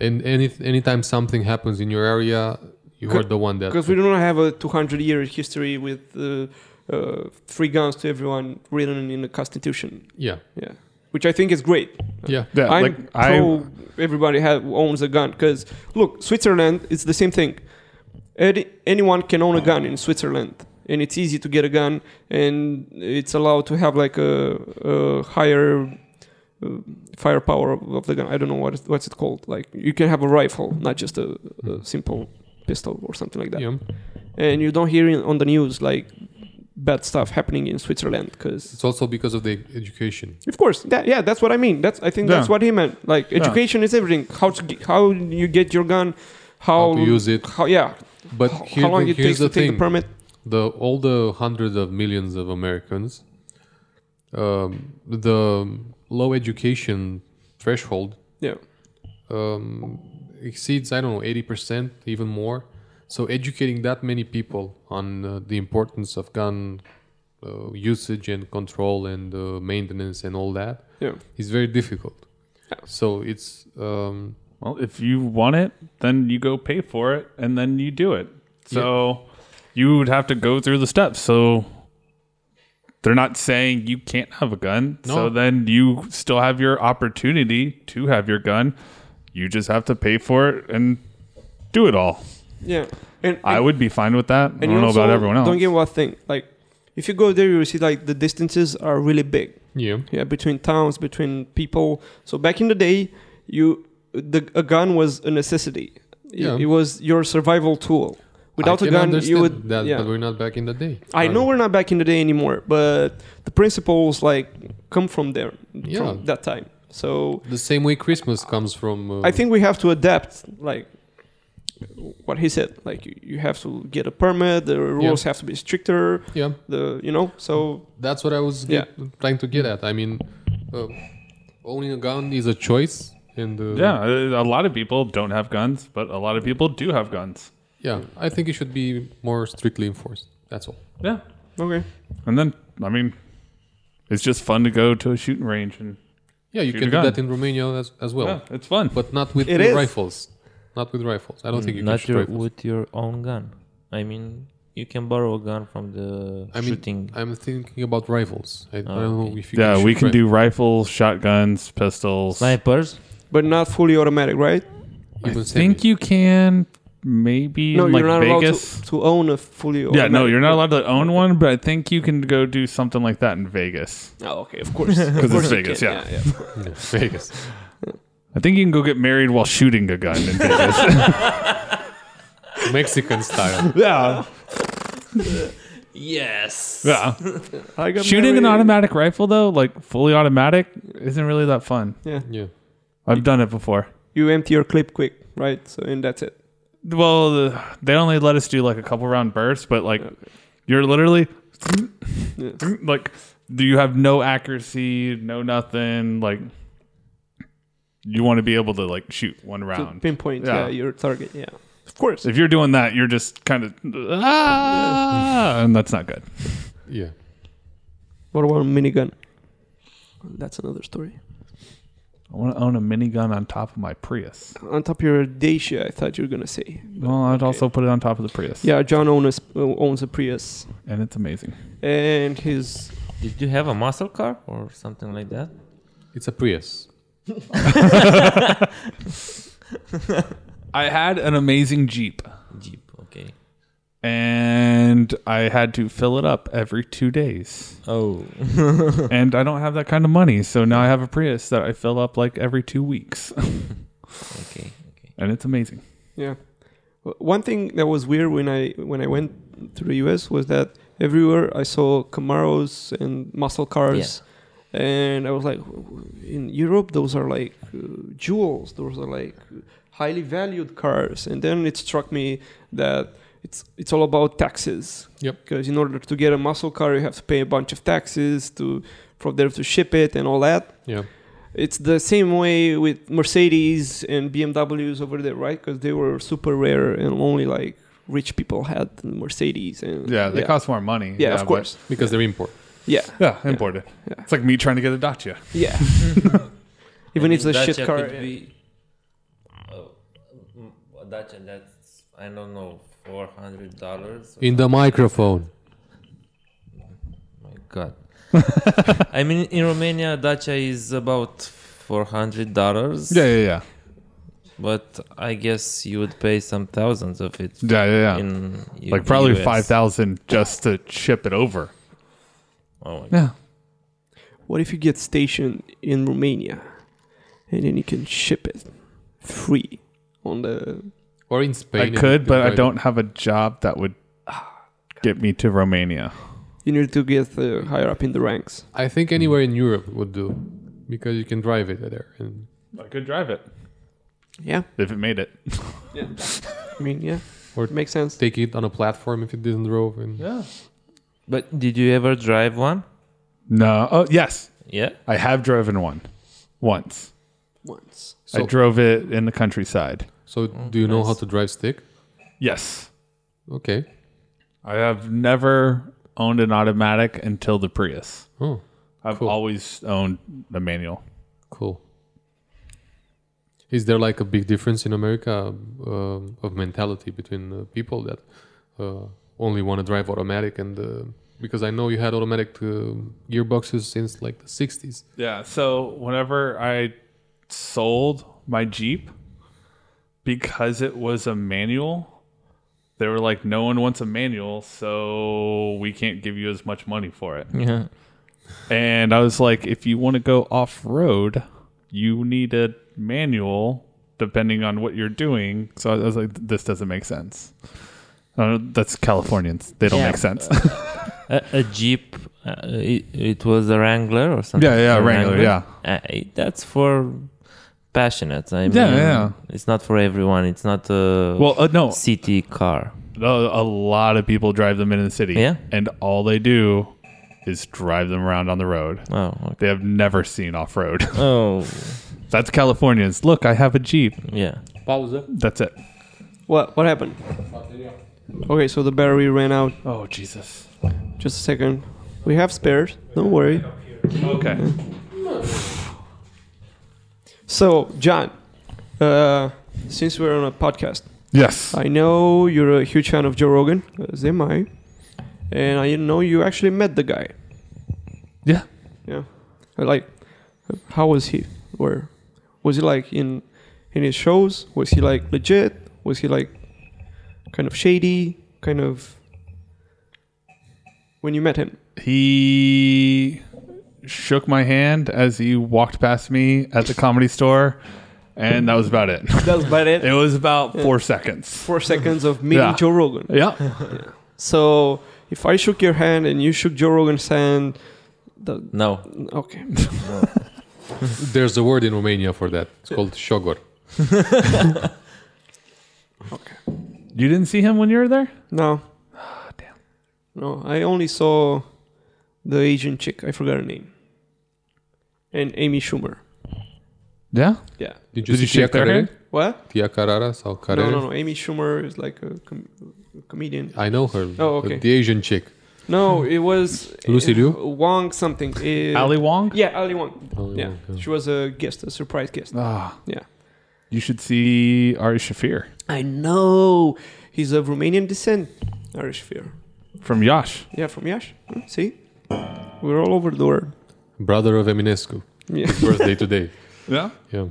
S4: and any anytime something happens in your area, you
S1: Co-
S4: are the one that.
S1: because we don't have a 200 year history with uh, uh, free guns to everyone written in the constitution.
S4: Yeah,
S1: Yeah, which I think is great.
S4: yeah,
S3: Yeah,
S1: I'm
S3: like I
S1: pro everybody have, owns a gun because look, Switzerland it's the same thing. Any, anyone can own a gun in Switzerland, and it's easy to get a gun, and it's allowed to have like a, a higher. Uh, firepower of of the gun. I don't know what is, what's it called. Like you can have a rifle, not just a, a simple pistol or something like that
S4: yeah.
S1: and you don't hear in, on the news like bad stuff happening in Switzerland because
S4: It's also because of the education.
S1: of course that, yeah that's what I mean that's I think that's
S3: Yeah.
S1: what he meant like education is everything how to ge- how you get your gun how,
S4: How to use it.
S1: how yeah
S4: But
S1: how,
S4: here,
S1: how long
S4: the-
S1: it takes
S4: here's
S1: to
S4: the
S1: take the
S4: thing:
S1: permit
S4: the all the hundreds of millions of Americans, um, the low education threshold
S1: yeah
S4: um, exceeds I don't know eighty percent, even more. So educating that many people on uh, the importance of gun uh, usage and control and uh, maintenance and all that
S1: yeah
S4: is very difficult.
S1: Yeah.
S4: So it's um,
S3: well, if you want it, then you go pay for it, and then you do it. So you would have to go through the steps. So they're not saying you can't have a gun. So
S4: No.
S3: then you still have your opportunity to have your gun. You just have to pay for it and do it all.
S1: yeah and,
S3: I
S1: and-
S3: would be fine with that. I
S1: and
S3: don't
S1: you
S3: know about
S1: also
S3: everyone else.
S1: don't get one thing like if you go there you will see like the distances are really big
S4: yeah
S1: yeah between towns between people so back in the day you the a gun was a necessity It-
S4: Yeah.
S1: it was your survival tool without a
S4: I can
S1: gun you
S4: understand
S1: would
S4: that,
S1: yeah.
S4: but we're not back in the day.
S1: i know we're not back in the day anymore but the principles like come from there
S4: Yeah.
S1: from that time so
S4: the same way Christmas comes from. Uh,
S1: i think we have to adapt like what he said like you, you have to get a permit the rules have to be stricter
S4: yeah,
S1: the you know so
S4: that's what I was get, trying to get at. I mean, uh, owning a gun is a choice, and uh,
S3: Yeah, a a lot of people don't have guns, but a lot of people do have guns.
S4: yeah, I think it should be more strictly enforced. That's all.
S3: Yeah.
S1: okay
S3: And then, I mean, it's just fun to go to a shooting range and
S4: Yeah, you
S3: Shoot
S4: can
S3: a
S4: do
S3: gun.
S4: that in Romania as, as well,
S3: yeah, it's fun.
S4: but not with
S1: It
S4: the
S1: is.
S4: rifles. Not with rifles. I don't think you can
S2: Not
S4: shoot
S2: your,
S4: rifles.
S2: with your own gun. I mean, you can borrow a gun from the
S4: I mean,
S2: shooting.
S4: I'm thinking about rifles. I, I don't know
S2: Oh, okay.
S4: if you
S3: yeah,
S4: can
S3: we
S4: shoot
S3: can
S4: rifles.
S3: do rifles, shotguns, pistols.
S2: Snipers.
S1: but not fully automatic right
S3: I
S4: Even
S3: think
S4: semi.
S3: you can maybe
S1: no you're
S3: in like
S1: not
S3: Vegas.
S1: allowed to, to own a fully
S3: yeah, no,
S1: automatic.
S3: you're not allowed to own one, but I think you can go do something like that in Vegas.
S1: Oh, okay, of course.
S3: Because
S1: Of
S3: it's
S1: course you
S3: Vegas,
S1: can,
S3: yeah.
S1: yeah.
S4: Yeah, Vegas.
S3: I think you can go get married while shooting a gun in Vegas.
S4: Mexican style.
S3: yeah.
S2: Yes.
S3: Yeah.
S1: I got
S3: Shooting an
S1: married-
S3: automatic rifle, though, like fully automatic, isn't really that fun.
S1: Yeah,
S4: Yeah.
S3: I've done it before.
S1: you empty your clip quick, right? So and that's it.
S3: Well, the- they only let us do like a couple round bursts, but like you're literally
S1: Yeah.
S3: like do you have no accuracy, no nothing, like you want to be able to like shoot one
S1: To
S3: round.
S1: pinpoint, yeah.
S3: Yeah.
S1: your target, yeah. Of course.
S3: If you're doing that, you're just kind of ah, and that's not good.
S4: Yeah.
S1: What about a minigun? That's another story.
S3: I want to own a minigun on top of my Prius.
S1: On top of your Dacia, I thought you were gonna say.
S3: Well, I'd also put it on top of the Prius.
S1: Yeah, John owns owns a uh, Prius,
S3: and it's amazing.
S1: and his
S2: Did you have a muscle car or something like that?
S4: It's a Prius.
S3: I had an amazing Jeep,
S2: Jeep, okay.
S3: and I had to fill it up every two days.
S2: Oh,
S3: and I don't have that kind of money, so now I have a Prius that I fill up like every two weeks,
S2: okay, okay.
S3: and it's amazing.
S1: Yeah. W- One thing that was weird when I when I went to the US was that everywhere I saw Camaros and muscle cars, and I was like, w- w- in Europe those are like uh, jewels. Those are like highly valued cars. And then it struck me that it's it's all about taxes.
S4: Yep.
S1: Because in order to get a muscle car, you have to pay a bunch of taxes to from there to ship it and all that.
S4: Yeah.
S1: It's the same way with Mercedes and BMWs over there, right? Because they were super rare and only like rich people had Mercedes. And
S3: Yeah, they
S1: yeah.
S3: cost more money.
S1: Yeah, of
S3: but-
S1: course.
S4: Because they're import.
S1: Yeah,
S3: Yeah, imported.
S1: Yeah.
S3: It's like me trying to get a Dacia.
S1: yeah. Even
S2: I
S1: if it's a
S2: think
S1: shit
S2: Dacia
S1: car.
S2: could be- oh, mm, mm, Dacia, that's I don't know, four hundred dollars. Oh
S4: In the microphone.
S2: My God. I mean, in Romania, Dacia is about four hundred dollars.
S3: Yeah, yeah, yeah,
S2: But I guess you would pay some thousands of it.
S3: yeah, yeah. yeah.
S2: In
S3: like probably
S2: US.
S3: five thousand just to ship it over.
S2: Oh my
S3: Yeah,
S1: What if you get stationed in Romania and then you can ship it free on the.
S4: Or in Spain.
S3: I
S4: in
S3: could, but I
S4: Dubai.
S3: don't have a job that would
S1: Ah,
S3: get me to Romania.
S1: You need to get uh, higher up in the ranks.
S4: I think anywhere in Europe would do. Because you can drive it there. And
S3: I could drive it
S1: Yeah,
S3: if it made it.
S1: I mean, yeah.
S4: Or-
S1: It makes sense.
S4: take it on a platform if it didn't drove. And
S3: Yeah.
S2: But did you ever drive one?
S3: No. Oh yes,
S2: Yeah.
S3: I have driven one once.
S1: Once.
S3: I
S4: So-
S3: drove it in the countryside.
S4: So do you know how to drive stick?
S3: Yes.
S4: Okay.
S3: I have never owned an automatic until the Prius.
S4: Oh,
S3: I've
S4: Cool.
S3: always owned the manual.
S4: cool. Is there like a big difference in America um, of mentality between uh, people that uh, only want to drive automatic and uh, because I know you had automatic uh, gearboxes since like the 60s.
S3: Yeah. So whenever I sold my Jeep, because it was a manual, they were like, no one wants a manual, so we can't give you as much money for it.
S2: Yeah.
S3: And I was like, if you want to go off road, you need a manual depending on what you're doing. So I was like, this doesn't make sense. Uh, that's Californians. They don't
S2: Yeah.
S3: make sense.
S2: A, a Jeep. Uh, it, it was a Wrangler or something.
S3: yeah, yeah,
S2: A
S3: Wrangler, yeah.
S2: Uh, it- that's for passionate. I mean,
S3: Yeah, yeah.
S2: It's not for everyone. It's not a
S3: well, uh, no,
S2: city car.
S3: a a lot of people drive them in the city.
S2: Yeah.
S3: And all they do is drive them around on the road.
S2: Oh, okay.
S3: They have never seen off road.
S2: Oh,
S3: that's Californians. Look, I have a Jeep.
S2: yeah.
S4: Pausa.
S3: That's it.
S1: What, what happened? Okay, so the battery ran out.
S3: Oh, Jesus.
S1: Just a second. We have spares. Don't worry.
S3: Okay.
S1: So, John, uh, since we're on a podcast,
S3: Yes.
S1: I know you're a huge fan of Joe Rogan, as am I, and I know you actually met the guy.
S3: Yeah.
S1: Yeah, I like, how was he? Where was he like in in his shows? Was he like legit? Was he like kind of shady? Kind of when you met him?
S3: he shook my hand as he walked past me at the comedy store and that was about it
S1: That's about
S3: it was about four seconds
S1: Four seconds of meeting
S3: Yeah.
S1: Joe Rogan.
S3: yeah
S1: So if I shook your hand and you shook Joe Rogan's hand, the,
S2: No.
S1: okay.
S4: There's a word in Romania for that. It's called shogor.
S3: you didn't see him when you were there
S1: No,
S3: damn.
S1: no. I only saw the Asian chick. I forgot her name. And Amy Schumer.
S3: yeah
S1: Yeah.
S4: Did
S3: Did you
S4: see Tia
S3: shake their
S4: Carrere?
S3: hand?
S1: What?
S4: Tia Carrara sau Carrere?
S1: No, no, no. Amy Schumer is like a, com- a comedian.
S4: I know her.
S1: Oh, okay.
S4: The Asian chick.
S1: No, it was eh,
S4: Lucy Liu?
S1: Wong something. Uh,
S3: ali wong
S1: Yeah, Ali Wong.
S4: Ali
S1: yeah,
S4: Wong, Oh, yeah.
S1: she was a guest, a surprise guest.
S3: ah
S1: Yeah.
S3: you should see ari shafir
S1: I know. He's of Romanian descent, Irish fear.
S3: from yash
S1: Yeah, from Yash. Hmm, See, We're all over the world.
S4: Brother of Eminescu.
S1: Yeah.
S4: His birthday today.
S3: Yeah.
S4: Yeah.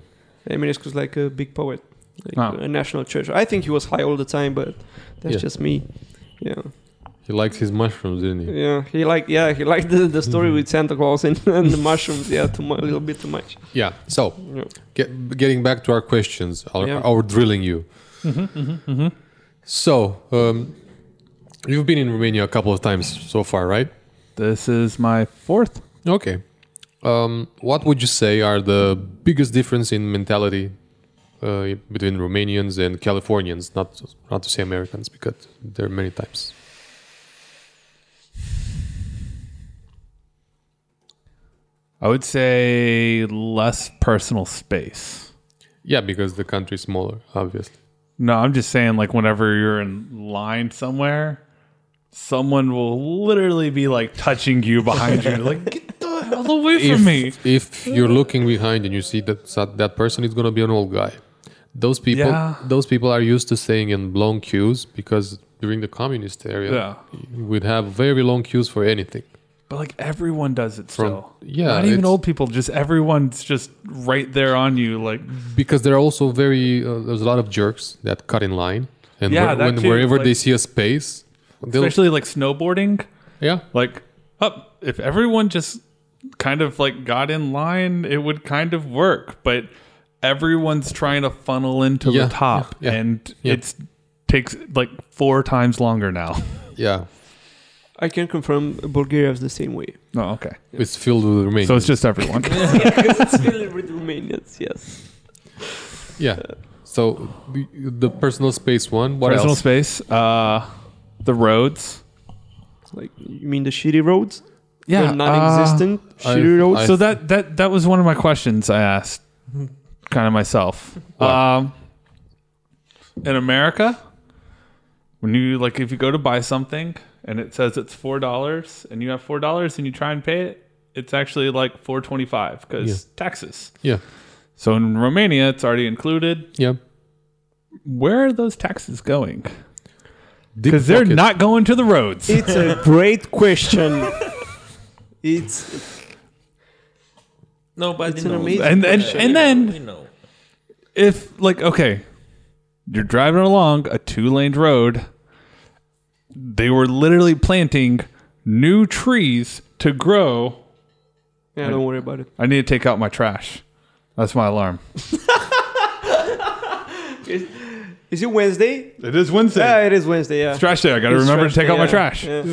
S1: Eminescu's like a big poet, like
S3: Ah.
S1: a national treasure. I think he was high all the time, but that's
S4: Yeah.
S1: just me. Yeah,
S4: He liked his mushrooms, didn't he?
S1: yeah. He liked, yeah, he liked the, the story with Santa Claus and, and the mushrooms. Yeah, too mu- a little bit too much.
S4: Yeah. So,
S1: Yeah.
S4: get, getting back to our questions, our,
S1: Yeah. Mm-hmm,
S4: our drilling you. So, um, you've been in Romania a couple of times so far, right?
S3: This is my fourth.
S4: Okay. Um, what would you say are the biggest difference in mentality uh, between Romanians and Californians? Not not to say Americans because there are many types.
S3: I would say less personal space.
S4: Yeah, because the country is smaller, obviously.
S3: No, I'm just saying, like, whenever you're in line somewhere, someone will literally be like touching you behind you, like, get the hell away from
S4: if,
S3: me.
S4: if you're looking behind and you see that that- that person is gonna be an old guy, those people
S3: Yeah.
S4: those people are used to staying in long queues because during the communist area,
S3: Yeah.
S4: we'd have very long queues for anything.
S3: But like, everyone does it
S4: From-
S3: still.
S4: yeah,
S3: Not even
S4: it's-
S3: old people, just everyone's just right there on you, like,
S4: Because there are also very uh, there's a lot of jerks that cut in line, and
S3: Yeah,
S4: where-
S3: that
S4: when,
S3: too,
S4: wherever they
S3: like-
S4: see a space, they'll
S3: especially like snowboarding.
S4: yeah
S3: Like, up if everyone just kind of like got in line, it would kind of work. But everyone's trying to funnel into
S4: Yeah,
S3: the top,
S4: yeah, yeah,
S3: and
S4: yeah.
S3: it's takes like four times longer now.
S4: yeah
S1: I can confirm Bulgaria is the same way.
S3: oh, okay.
S4: it's filled with Romanians.
S3: So it's just everyone.
S1: Because it's filled with Romanians. Yes.
S4: yeah. So the, the personal space one. What
S3: Personal
S4: else?
S3: space, uh, the roads.
S1: Like you mean the shitty roads? They're
S3: uh,
S1: non-existent.
S4: I-
S1: shitty roads.
S4: I-
S3: so that that that was one of my questions I asked, kind of myself.
S4: What?
S3: Um, in America, when you like, if you go to buy something and it says it's four dollars, and you have four dollars, and you try and pay it, it's actually like four twenty-five because taxes.
S4: Yeah,
S3: So in Romania, it's already included.
S4: yeah.
S3: Where are those taxes going?
S4: Deep
S3: Because they're
S4: pockets.
S3: not going to the roads.
S1: It's a great question. It's
S2: Nobody
S1: It's an
S2: knows.
S1: amazing
S3: And- and-
S2: Yeah,
S3: and
S2: we
S3: then-
S2: know, we know.
S3: if like okay you're driving along a two-laned road they were literally planting new trees to grow
S1: yeah. Don't worry about it.
S3: i need to take out my trash that's my alarm
S1: Is it Wednesday?
S3: it is wednesday
S1: Yeah, it is Wednesday. Yeah.
S3: trash day i gotta
S1: It's
S3: remember
S1: trash
S3: to take
S1: day,
S3: out my
S1: yeah,
S3: trash
S1: yeah.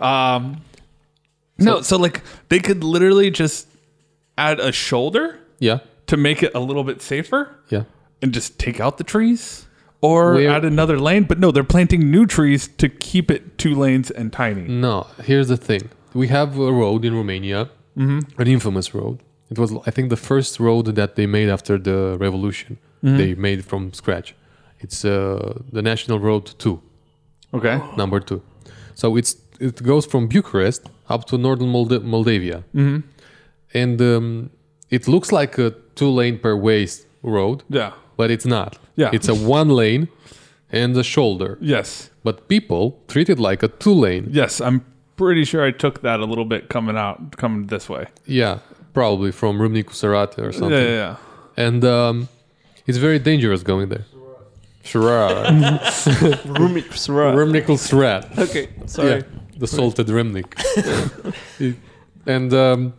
S4: Yeah.
S3: um no so like they could literally just add a shoulder
S4: yeah,
S3: to make it a little bit safer
S4: yeah.
S3: and just take out the trees or
S4: Where-
S3: add another lane but no they're planting new trees to keep it two lanes and tiny
S1: Mm.
S4: No, here's the thing. We have a road in Romania, an infamous road. It was, I think, the first road that they made after the revolution. They made from scratch. It's uh, the National Road Two,
S3: okay
S4: number two. So it's it goes from Bucharest up to northern Molda- Moldavia, and um, it looks like a two-lane per way s- road,
S3: Yeah.
S4: but it's not.
S3: Yeah.
S4: it's a one lane and a shoulder.
S3: Yes.
S4: But people treat it like a two-lane.
S3: Yes. I'm pretty sure I took that a little bit coming out, coming this way.
S4: Yeah, probably from Râmnicu Sărat or something.
S3: Yeah, yeah, yeah.
S4: And um, it's very dangerous going there. Sărat.
S1: Rumik Sra.
S4: Râmnicu Sărat.
S1: Okay. Sorry.
S4: Yeah, the salted Râmnic. It- and um,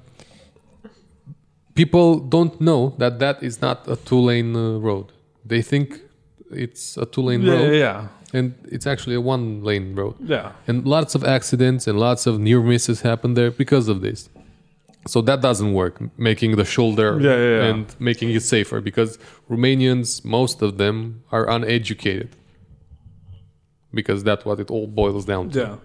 S4: people don't know that that is not a two-lane uh, road. They think it's a two-lane
S3: Yeah, yeah,
S4: road,
S3: yeah.
S4: and it's actually a one-lane road.
S3: Yeah.
S4: And lots of accidents and lots of near misses happen there because of this. So that doesn't work, making the shoulder
S3: Yeah, yeah, yeah.
S4: and making it safer because Romanians, most of them, are uneducated. Because that's what it all boils down to.
S3: Yeah.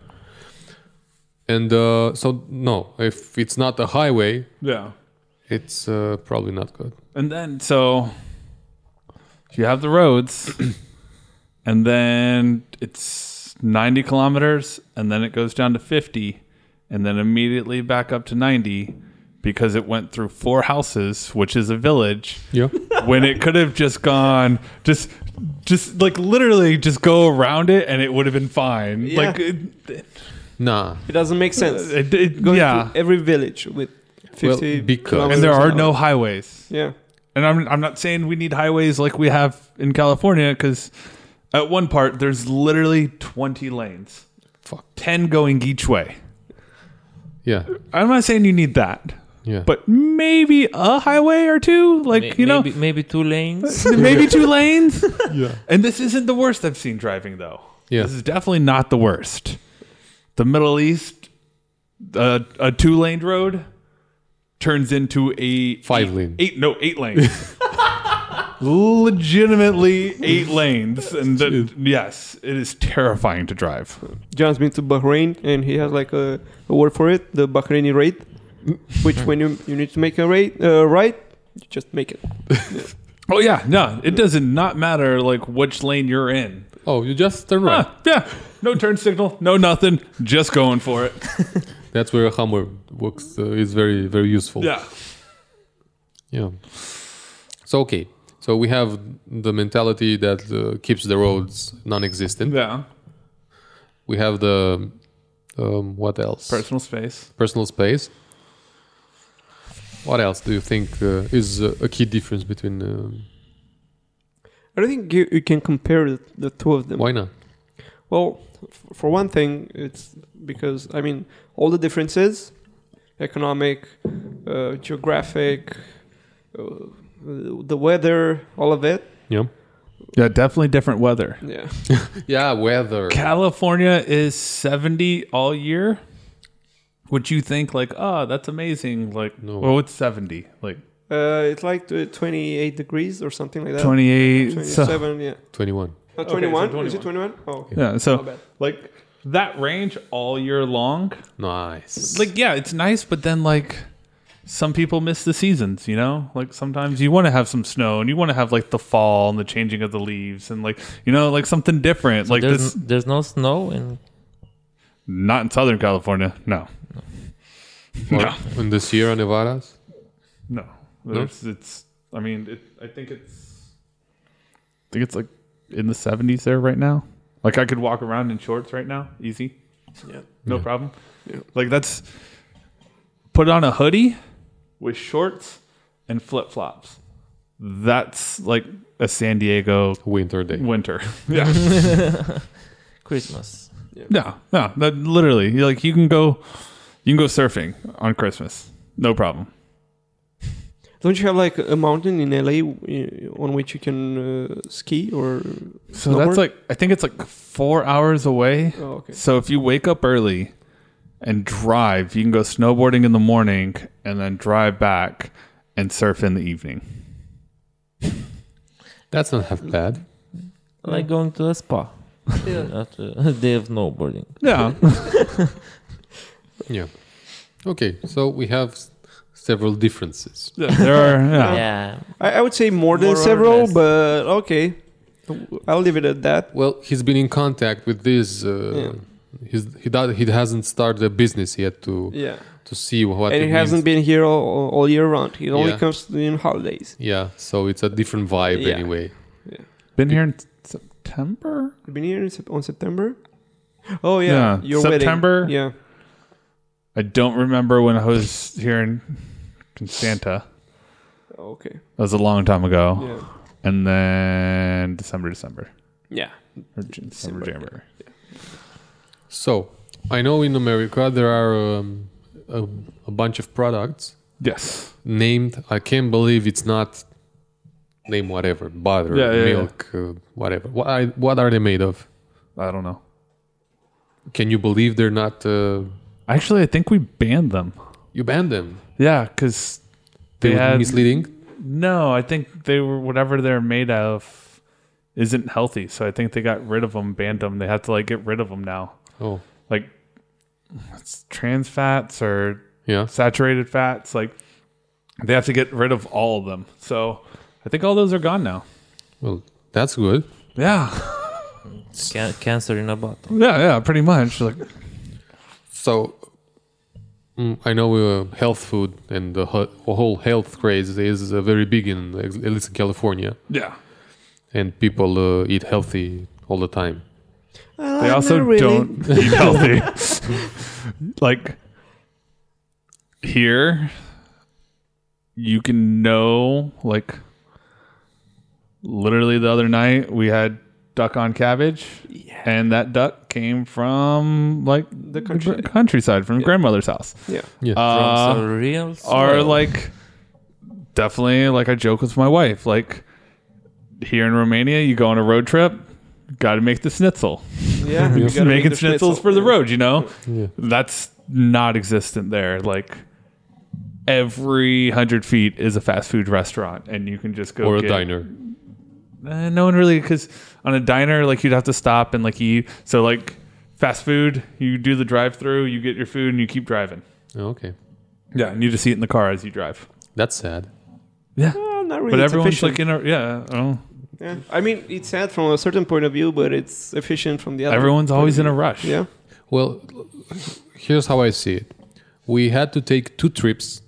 S4: And uh, so, no, if it's not a highway,
S3: Yeah.
S4: it's uh, probably not good.
S3: And then, so you have the roads, and then it's 90 kilometers, and then it goes down to 50, and then immediately back up to 90 because it went through four houses, which is a village.
S4: Yeah.
S3: when it could have just gone just just like literally just go around it and it would have been fine
S1: Yeah.
S3: like it,
S4: Nah.
S1: It doesn't make sense.
S3: It, it,
S1: Going
S3: yeah,
S1: to every village with 50
S4: Uh, Well, because-
S1: kilometers
S3: and there are
S1: an
S3: no
S1: hour.
S3: highways.
S1: Yeah.
S3: and I'm I'm not saying we need highways like we have in California because at one part there's literally 20 lanes,
S4: Fuck.
S3: ten going each way.
S4: Yeah.
S3: I'm not saying you need that,
S4: Yeah.
S3: but maybe a highway or two, like
S2: May-
S3: you know,
S2: maybe, maybe two lanes.
S3: maybe two lanes.
S4: yeah.
S3: And this isn't the worst I've seen driving though.
S4: Yeah.
S3: This is definitely not the worst. The Middle East, uh, a two laned road turns into a
S4: Five
S3: eight-
S4: lane.
S3: Eight, no, eight lanes. Legitimately eight lanes. And the, yes, it is terrifying to drive.
S1: John's been to Bahrain and he has like a, a word for it, the Bahraini raid, which when you, you need to make a raid, uh, right, you just make it.
S3: Oh, yeah. No, it does not matter like which lane you're in.
S4: Oh, you just turn right.
S3: Huh, yeah. No turn signal, no nothing. Just going for it.
S4: That's where a hammer works. Uh, is very very useful.
S3: Yeah.
S4: Yeah. So okay. So we have the mentality that uh, keeps the roads non-existent.
S3: Yeah.
S4: We have the um, what else?
S3: Personal space.
S4: Personal space. What else do you think uh, is uh, a key difference between? um
S1: I don't think you, you can compare the, the two of them.
S4: why not?
S1: Well, f- for one thing, it's because I mean all the differences, economic, uh, geographic, uh, the weather, all of it.
S4: Yeah.
S3: Yeah, definitely different weather.
S1: Yeah,
S4: Yeah, weather.
S3: California is 70 all year. Would you think like, oh, that's amazing? Like,
S4: No.
S3: well, it's 70, like
S1: uh, it's like t- 28 degrees or something like that.
S3: 28. So,
S1: 27, yeah.
S4: Twenty-one.
S1: Not
S3: Okay, so
S1: 21? Is it 21? Oh,
S3: yeah,
S1: my
S3: so
S1: bad.
S3: like that range all year long.
S4: Nice.
S3: Like, yeah, it's nice, but then like some people miss the seasons, you know? Like sometimes you want to have some snow and you want to have like the fall and the changing of the leaves and like, you know, like something different. like
S2: there's,
S3: this,
S2: there's no snow in
S3: not in Southern California. No,
S4: Or in the Sierra Nevadas.
S3: No, There's- it's. I mean, it, I think it's. I think it's like in the seventies there right now. Like I could walk around in shorts right now, easy.
S1: Yeah.
S3: No problem.
S1: Yeah.
S3: Like that's. Put on a hoodie, with shorts and flip flops. That's like a San Diego
S4: Winter day.
S3: winter. Yeah.
S2: Christmas.
S3: no, no. That literally, you're like you can go, you can go surfing on Christmas, no problem.
S1: Don't you have like a mountain in LA w- on which you can uh, ski or.
S3: So that's
S1: snowboard?
S3: like I think it's like four hours away.
S1: Oh, okay.
S3: So if you wake up early and drive, you can go snowboarding in the morning and then drive back and surf in the evening.
S4: That's not half bad.
S2: Like going to a spa. Yeah. After a day of snowboarding.
S3: Yeah.
S4: Yeah. Okay. So we have s- several differences.
S3: there are yeah.
S2: Yeah.
S1: I, I would say more than
S2: More or
S1: several,
S2: less.
S1: but okay. I'll leave it at that.
S4: Well, he's been in contact with this. Uh, He's, he does, he hasn't started a business yet to
S1: Yeah.
S4: to see what
S1: and
S4: it
S1: he hasn't
S4: means.
S1: been here all, all year round. He only
S4: Yeah.
S1: comes in holidays.
S4: Yeah, so it's a different vibe
S1: Yeah.
S4: anyway.
S3: Been here in September.
S1: You've been here in Sep- on September. Oh yeah,
S3: Yeah,
S1: your wedding.
S3: September.
S1: Yeah,
S3: I don't remember when I was here in Constanta.
S1: okay.
S3: That was a long time ago.
S1: Yeah,
S3: And then December, December.
S1: yeah.
S3: Or Jan- December,
S1: December,
S3: January.
S4: So I know in America there are um, a, a bunch of products
S3: Yes.
S4: named. I can't believe it's not name whatever butter,
S3: Yeah, yeah, yeah.
S4: milk, Uh, whatever. What I, what are they made of?
S3: I don't know.
S4: Can you believe they're not? Uh,
S3: Actually, I think we banned them.
S4: you banned them.
S3: Yeah, because
S4: They
S3: They
S4: were
S3: had-
S4: misleading.
S3: No, I think they were whatever they're made of isn't healthy. So I think they got rid of them, banned them. They have to like get rid of them now.
S4: Oh,
S3: Like it's trans fats or
S4: yeah.
S3: saturated fats. Like they have to get rid of all of them. So I think all those are gone now.
S4: Well, that's good.
S3: Yeah,
S2: Can- cancer in a bottle.
S3: yeah, yeah. Pretty much. Like
S4: So mm, I know uh, health food and the hu- whole health craze is uh, very big in at least in California,
S3: yeah,
S4: and people uh, eat healthy all the time.
S1: I
S3: They also don't eat healthy. like here, you can know. Like literally the other night, we had duck on cabbage, and that duck came from like the
S1: countryside.
S3: countryside from grandmother's house.
S1: Yeah.
S4: Yeah.
S3: Uh,
S2: From real
S3: are
S2: soil.
S3: like definitely like I joke with my wife like here in Romania you go on a road trip got to make the schnitzel
S1: Yeah. you gotta make
S3: making
S1: the
S3: schnitzels
S1: schnitzel.
S3: for the road you know
S4: Yeah.
S3: that's not existent there like every 100 feet is a fast food restaurant and you can just go
S4: or a
S3: get-
S4: diner.
S3: uh, no one really because on a diner like you'd have to stop and like eat so like fast food you do the drive through you get your food and you keep driving
S4: Oh, okay.
S3: yeah and you just eat in the car as you drive
S4: That's sad.
S3: yeah
S1: Well, not really.
S3: but
S1: It's
S3: everyone's
S1: efficient.
S3: like in a yeah. I don't know.
S1: Yeah. I mean, it's sad from a certain point of view, but it's efficient from the other.
S3: Everyone's always in a rush.
S1: Yeah.
S4: Well, here's how I see it. We had to take two trips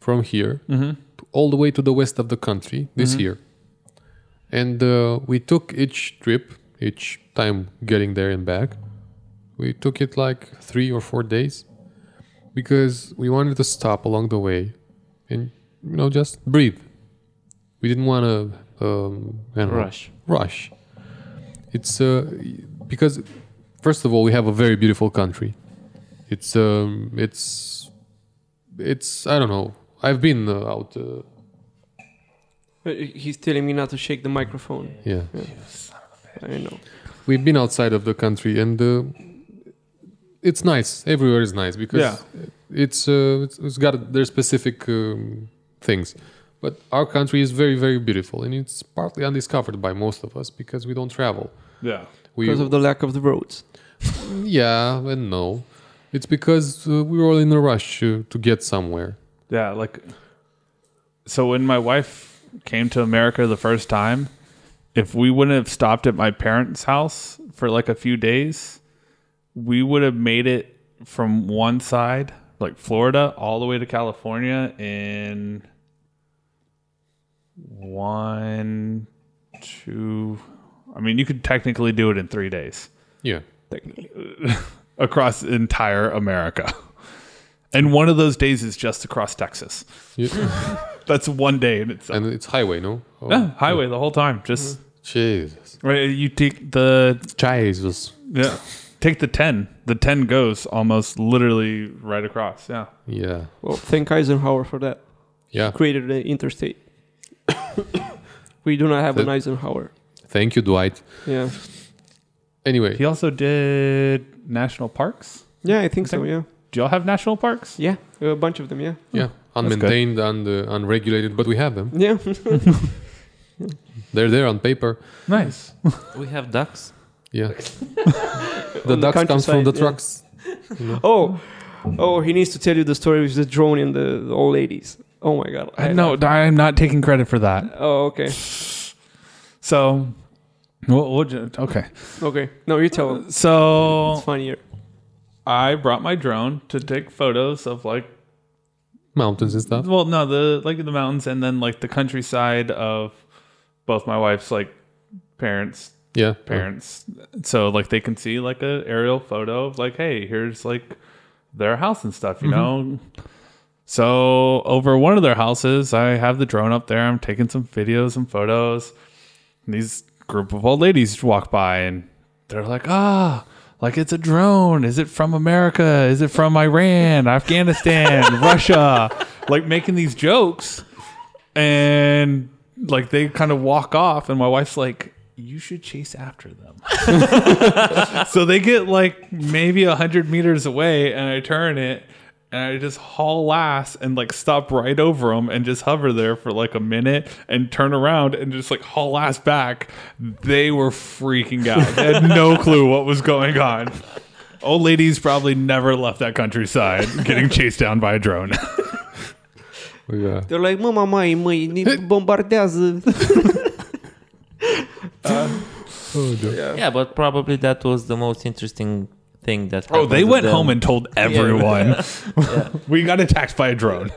S4: from here to- all the way to the west of the country this year. And uh, we took each trip, each time getting there and back, we took it like three or four days because we wanted to stop along the way and, you know, just breathe. We didn't want to um, I don't know,
S2: Rush.
S4: Rush. It's uh, because first of all, we have a very beautiful country. It's um, it's it's I don't know. I've been uh, out. Uh,
S1: Uh, He's telling me not to shake the microphone.
S4: yeah,
S1: I know.
S4: we've been outside of the country, and uh, it's nice. Everywhere is nice because it's, uh, it's it's got their specific um, things. But our country is very very beautiful, and it's partly undiscovered by most of us because we don't travel.
S3: Yeah.
S4: We,
S1: Because of the lack of the roads.
S4: yeah and no, it's because uh, we were all in a rush uh, to get somewhere.
S3: Yeah. Like, so when my wife came to America the first time, if we wouldn't have stopped at my parents' house for like a few days, we would have made it from one side, like Florida, all the way to California in one, two. I mean, you could technically do it in three days.
S4: Yeah.
S1: Technically.
S3: across entire America. And one of those days is just across Texas.
S4: You-
S3: That's one day in itself.
S4: And it's highway, no? Oh,
S3: Yeah, highway the whole time. Just
S4: Jesus.
S3: right, you take the
S4: Jesus.
S3: Mm-hmm. yeah, take the ten. The ten goes almost literally right across. Yeah,
S4: Yeah.
S1: Well, thank Eisenhower for that.
S4: Yeah.
S1: Created the interstate. we do not have an Eisenhower.
S4: Thank you, Dwight.
S1: Yeah.
S4: Anyway,
S3: he also did national parks.
S1: Yeah, I think so. Yeah.
S3: Do y'all have national parks?
S1: Yeah. A bunch of them. Yeah.
S4: yeah, unmaintained and uh, unregulated, but we have them.
S1: Yeah.
S4: They're there on paper.
S3: Nice.
S2: we have ducks.
S4: Yeah. the ducks comes
S1: countryside,
S4: from the
S1: yeah.
S4: trucks.
S1: oh. Oh, he needs to tell you the story with the drone and the, the old ladies. Oh my god. I-
S3: no, I'm not taking credit for that.
S1: Oh, okay.
S3: So, we'll, we'll ju- okay.
S1: Okay. No, you tell him.
S3: So
S1: It's funnier.
S3: I brought my drone to take photos of like
S4: Mountains and stuff.
S3: well no the like the mountains and then like the countryside of both my wife's like parents
S4: Yeah.
S3: parents so like they can see like a aerial photo of like hey here's like their house and stuff you know so over one of their houses i have the drone up there i'm taking some videos and photos and these group of old ladies walk by and they're like ah like it's a drone is it from america is it from iran afghanistan russia like making these jokes and like they kind of walk off and my wife's like you should chase after them so they get like maybe 100 meters away and i turn it and i just haul ass and like stop right over them and just hover there for like a minute and turn around and just like haul ass back they were freaking out they had no clue what was going on old ladies probably never left that countryside getting chased down by a drone
S4: Yeah.
S1: They're like, mă, mama, măi, ne bombardează.
S2: Yeah, but probably that was the most interesting thing that.
S3: Oh, they
S2: happened to
S3: went
S2: them.
S3: home and told everyone we got attacked by a drone.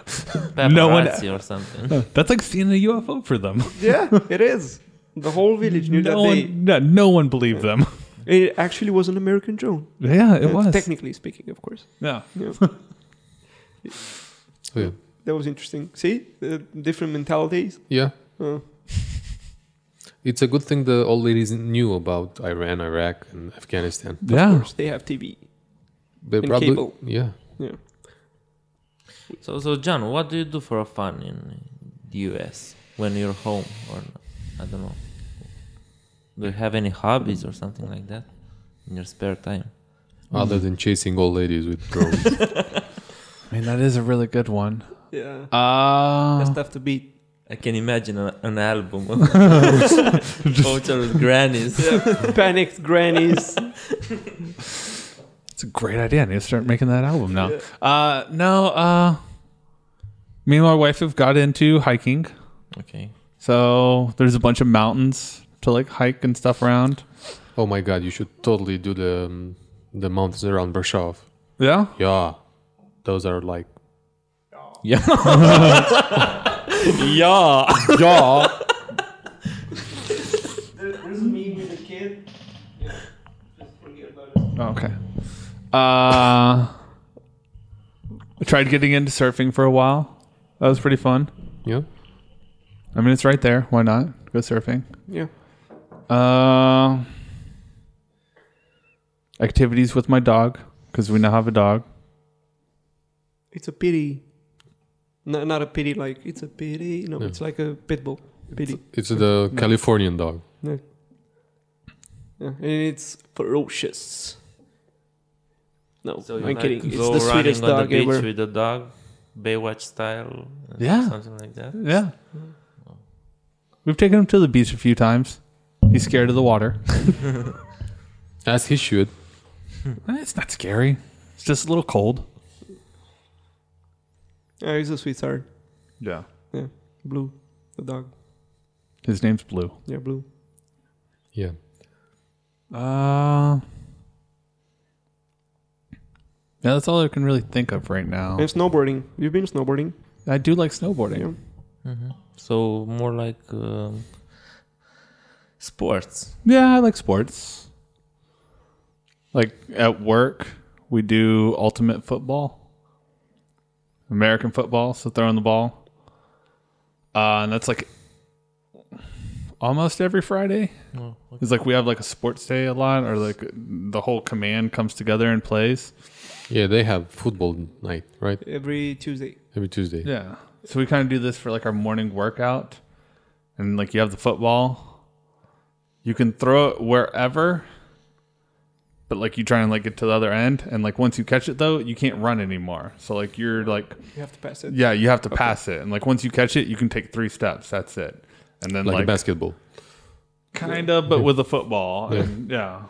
S3: no one-
S2: Paparazzi or something.
S3: That's like seeing a UFO for them.
S1: yeah, it is. The whole village knew
S3: No
S1: that day.
S3: one, no, no one believed them.
S1: It actually was an American drone.
S3: Yeah, it
S1: Uh,
S3: was.
S1: Technically speaking, of course.
S3: yeah.
S1: Yeah.
S4: So, oh, yeah.
S1: that was interesting. See? Uh, different mentalities.
S4: Yeah.
S1: Uh,
S4: It's a good thing the old ladies knew about Iran, Iraq, and Afghanistan.
S1: Of
S3: Yeah.
S1: course, they have TV.
S4: They
S1: And
S4: probably,
S1: cable.
S4: yeah.
S1: Yeah.
S2: So, so John, what do you do for fun in the US when you're home or not? I don't know? Do you have any hobbies or something like that in your spare time?
S3: Mm.
S4: Other than chasing old ladies with drones.
S3: I mean, that is a really good one.
S1: Yeah.
S3: Uh,
S1: That's tough to beat.
S2: I can imagine a, an album of culture with grannies.
S1: Panicked grannies.
S3: It's a great idea. I need to start making that album now. Uh, no, uh, me and my wife have got into hiking.
S2: Okay.
S3: So there's a bunch of mountains to like hike and stuff around.
S4: oh my god, you should totally do the um, the mountains around Brasov.
S3: Yeah.
S4: Yeah. Those are like
S2: Yeah. yeah.
S4: yeah.
S1: There's me with a kid. Yeah. Just forget about it.
S3: Oh, Okay. Uh, I tried getting into surfing for a while. That was pretty fun.
S4: Yeah.
S3: I mean, it's right there. Why not go surfing?
S1: Yeah.
S3: Uh, activities with my dog because we now have a dog.
S1: It's a pity. No, not a pity, like, it's a pity. No,
S4: Yeah.
S1: it's like a pit bull. Pity.
S4: It's the Californian dog.
S1: Yeah. And it's ferocious. No,
S2: So you
S1: I'm
S2: like
S1: kidding.
S2: to
S1: It's
S2: go
S1: the
S2: running
S1: sweetest
S2: on the
S1: dog
S2: beach
S1: ever.
S2: with a dog, Baywatch style. uh,
S3: Yeah.
S2: Something like that.
S3: Yeah. We've taken him to the beach a few times. He's scared of the water.
S4: As he should.
S3: Eh, it's not scary. It's just a little cold.
S1: Yeah, he's a sweetheart.
S3: Yeah.
S1: Blue. The dog.
S3: His name's Blue.
S1: Yeah, blue.
S4: Yeah.
S3: Uh, yeah, that's all I can really think of right now.
S1: And snowboarding. You've been snowboarding.
S3: I do like snowboarding.
S1: Yeah.
S2: hmm So more like um, sports.
S3: Yeah, I like sports. Like at work, we do ultimate football, American football, so throwing the ball. Uh, and that's like almost every Friday.
S2: Oh, okay.
S3: It's like we have like a sports day a lot, or like the whole command comes together and plays.
S4: Yeah, they have football night, right?
S1: Every Tuesday.
S4: Every Tuesday.
S3: Yeah. So we kind of do this for like our morning workout. And like you have the football. You can throw it wherever. But like you try and like get to the other end and like once you catch it though, you can't run anymore. So like you're like
S1: You have to pass it.
S3: yeah, you have to pass it. And like once you catch it, you can take 3 steps. That's it. And then
S4: Like,
S3: like,
S4: a basketball.
S3: kind of but with a football.
S4: Yeah.
S3: And yeah.
S1: Okay,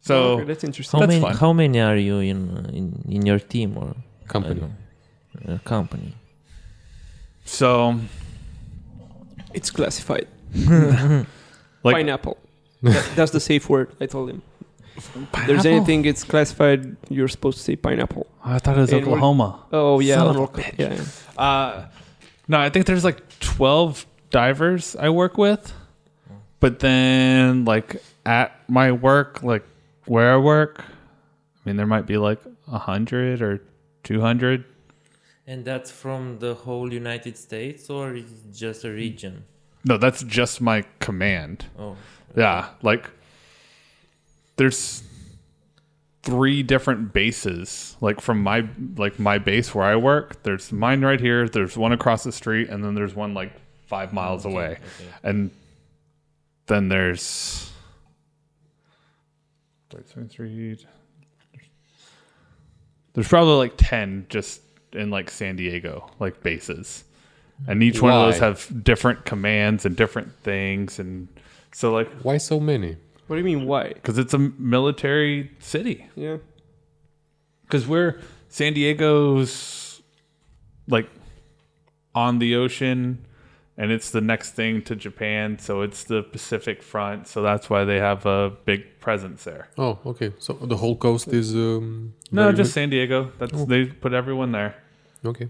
S3: So
S1: that's interesting.
S2: How
S3: That's
S2: many?
S3: fun.
S2: How many are you in uh, in, in your team or I
S4: Company.
S2: don't know, uh, company?
S3: so
S1: It's classified.
S3: Oh. like
S1: pineapple. That- that's the safe word. I told him. If there's
S3: Pineapple?
S1: anything, it's classified. You're supposed to say pineapple.
S3: I thought it was
S1: And we're-
S3: Oklahoma.
S1: Oh yeah,
S3: Son of a
S1: local- yeah. yeah.
S3: Uh, no, I think there's like 12 divers I work with. But then, like, at my work, like where I work, I mean, there might be like 100 or 200.
S2: And that's from the whole United States or is it just a region?
S3: No, that's just my command.
S2: Oh,
S3: Yeah. Like, there's three different bases like from my like my base where i work there's mine right here there's one across the street and then there's one like five miles away
S2: okay.
S3: and then there's wait, so it's read- there's probably like 10 just in like san diego like bases and each one of those
S4: Why?
S3: have different commands and different things and so like
S4: Why so many?
S1: What do you mean? Why?
S3: because it's a military city
S1: Yeah.
S3: because we're San Diego's like on the ocean and it's the next thing to Japan, so it's the Pacific front, so that's why they have a big presence there.
S4: Oh, okay. So the whole coast is um
S3: No,
S4: very
S3: just San Diego. That's they put everyone there.
S4: mi- okay.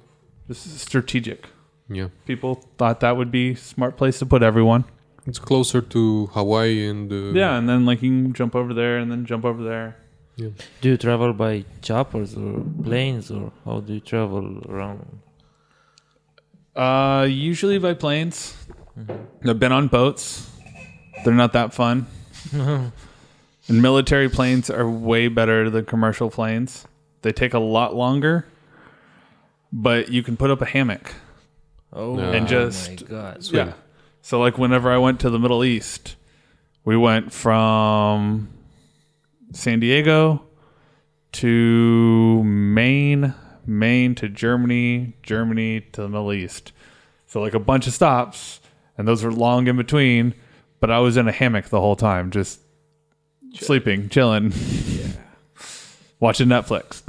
S3: This is strategic.
S4: Yeah.
S3: People thought that would be a smart place to put everyone.
S4: It's closer to Hawaii and uh,
S3: Yeah, and then like you can jump over there and then jump over there.
S2: Do you travel by choppers or planes or how do you travel around?
S3: Uh, usually by planes. I've been on boats. They're not that fun. and military planes are way better than commercial planes. They take a lot longer, but you can put up a hammock.
S2: Oh,
S4: And
S3: just-
S2: my god.
S3: Yeah. So like whenever I went to the Middle East, we went from San Diego to Maine, Maine to Germany, Germany to the Middle East. So like a bunch of stops, and those were long in between. But I was in a hammock the whole time, just sleeping, chilling, watching Netflix.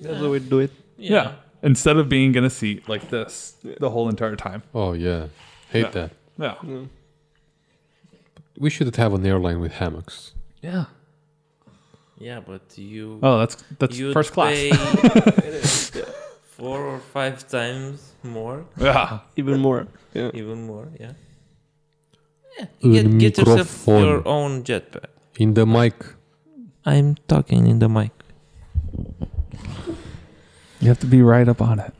S1: That's the way to do it.
S2: Yeah.
S3: Instead of being in a seat like this the whole entire time.
S4: Oh yeah, hate that.
S3: Yeah.
S4: We should have an airline with hammocks.
S3: Yeah.
S2: Yeah, but you
S3: Oh, that's that's
S2: you
S3: first class.
S2: pay four or five times more,
S3: yeah.
S1: Even more. Yeah.
S2: even more, yeah.
S4: Un
S2: Yeah, get, get yourself
S4: microphone.
S2: your own jetpack.
S4: In the mic.
S2: I'm talking in the mic.
S3: You have to be right up on it.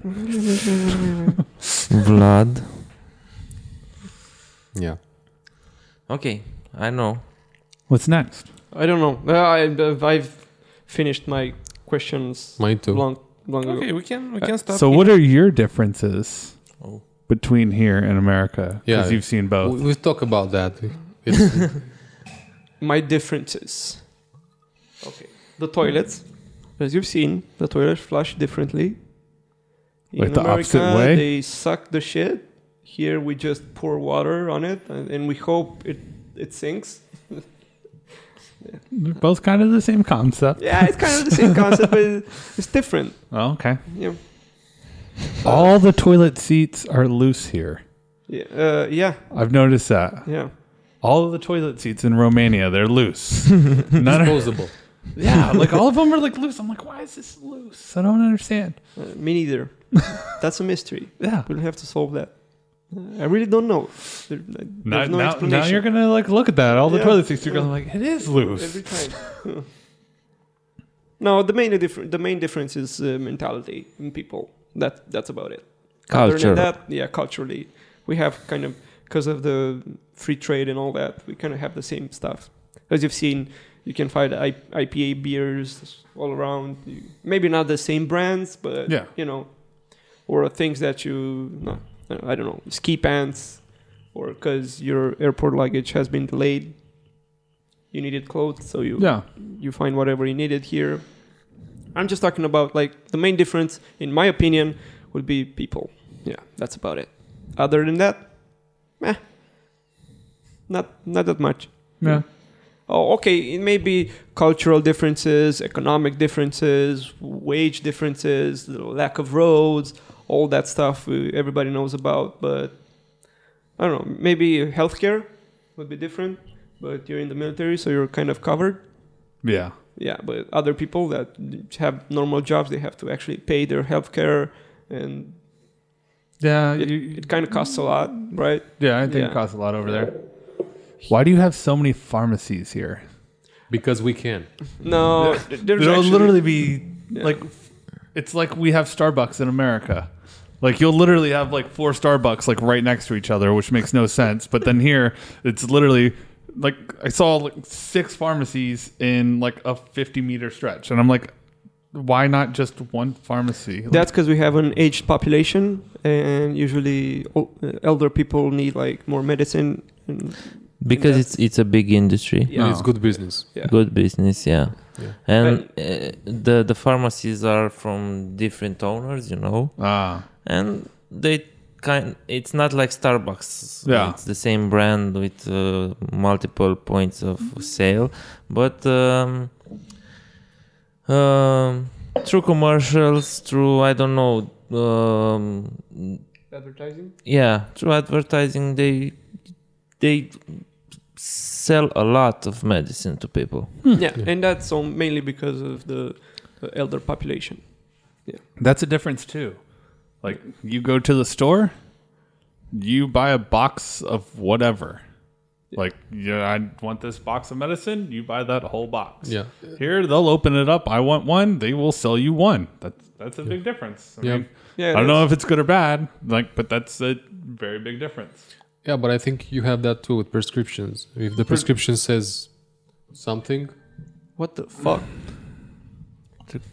S2: Vlad.
S4: Yeah.
S2: Okay, I know.
S3: What's next?
S1: I don't know. Uh, I, uh, I've finished my questions
S4: Mine too. Uh,
S1: long, long ago.
S2: we can we
S1: can
S2: stop.
S3: So, what are your differences
S2: Oh.
S3: between here and America?
S4: Yeah.
S3: Because you've seen
S4: We,
S3: both.
S4: we talk about that. It's,
S1: My differences. Okay. The toilets. As you've seen, the toilets flush differently. In
S3: Like the
S1: America,
S3: opposite way?
S1: they suck the shit. Here we just pour water on it and, and we hope it, it sinks.
S3: They're both kind of the same concept.
S1: Yeah, it's kind of the same concept, but it- it's different.
S3: Oh, okay.
S1: Yeah.
S3: All the toilet seats are loose here.
S1: Yeah, uh, yeah,
S3: I've noticed that.
S1: yeah.
S3: All of the toilet seats in Romania, they're loose. None are,
S4: disposable.
S3: yeah, like all of them are like loose. I'm like, why is this loose? I don't understand.
S1: Uh, me neither. That's a mystery.
S3: Yeah.
S1: We'll have to solve that. Uh, I really don't know. There, there's
S3: Now,
S1: no
S3: now,
S1: explanation.
S3: now you're gonna like look at that. All the
S1: Yeah.
S3: toilet seats, you're gonna like, it is loose.
S1: every time. no, the main difference the main difference is uh, mentality in people. That that's about it. Other
S2: Culture.
S1: than that, yeah, culturally, we have kind of because of the free trade and all that, we kind of have the same stuff. As you've seen, you can find I- IPA beers all around. You, maybe not the same brands, but
S3: Yeah.
S1: you know, or things that you no, I don't know, ski pants, or because your airport luggage has been delayed, you needed clothes, so you
S3: Yeah.
S1: you find whatever you needed here. I'm just talking about like the main difference, in my opinion, would be people. Yeah, that's about it. Other than that, meh, not not that much.
S3: Yeah.
S1: Oh, okay, it may be cultural differences, economic differences, wage differences, the lack of roads, all that stuff uh, everybody knows about. But I don't know, maybe healthcare would be different. But you're in the military, so you're kind of covered
S3: Yeah.
S1: yeah but other people that have normal jobs they have to actually pay their health care and
S3: Yeah.
S1: it,
S3: Uh, you-
S1: it kind of costs a lot right
S3: Yeah, I think
S1: Yeah.
S3: it costs a lot over there. Why do you have so many pharmacies here?
S4: Because we can.
S1: no th- there's
S3: There'll
S1: actually-
S3: literally be like, it's like we have Starbucks in America. Like you'll literally have like four Starbucks like right next to each other, which makes no sense. But then here, it's literally like I saw like six pharmacies in like a fifty meter stretch, and I'm like, why not just one pharmacy? Like,
S1: that's because we have an aged population and usually o- uh, elder people need like more medicine and
S2: Because it's it's a big industry.
S1: Yeah.
S4: It's good business.
S1: Yeah.
S2: Good business, yeah.
S4: Yeah.
S2: And uh, the the pharmacies are from different owners, you know.
S3: ah,
S2: and they kind it's not like starbucks
S3: Yeah.
S2: it's the same brand with uh, multiple points of sale but um, um, through commercials through i don't know um,
S3: Oh.
S1: advertising
S2: yeah through advertising they they sell a lot of medicine to people
S3: Hmm.
S1: yeah and that's all mainly because of the uh, elder population
S3: that's a difference too. Like you go to the store, you buy a box of whatever. Like, yeah, I want this box of medicine. You buy that whole box.
S4: Yeah.
S3: Here they'll open it up. I want one. They will sell you one. That's that's a big difference. I
S4: Yeah.
S3: mean,
S1: Yeah,
S3: I
S1: it
S3: don't know
S1: is.
S3: if it's good or bad. Like, but that's a very big difference.
S4: Yeah, but I think you have that too with prescriptions. If the prescription says something,
S1: What the fuck?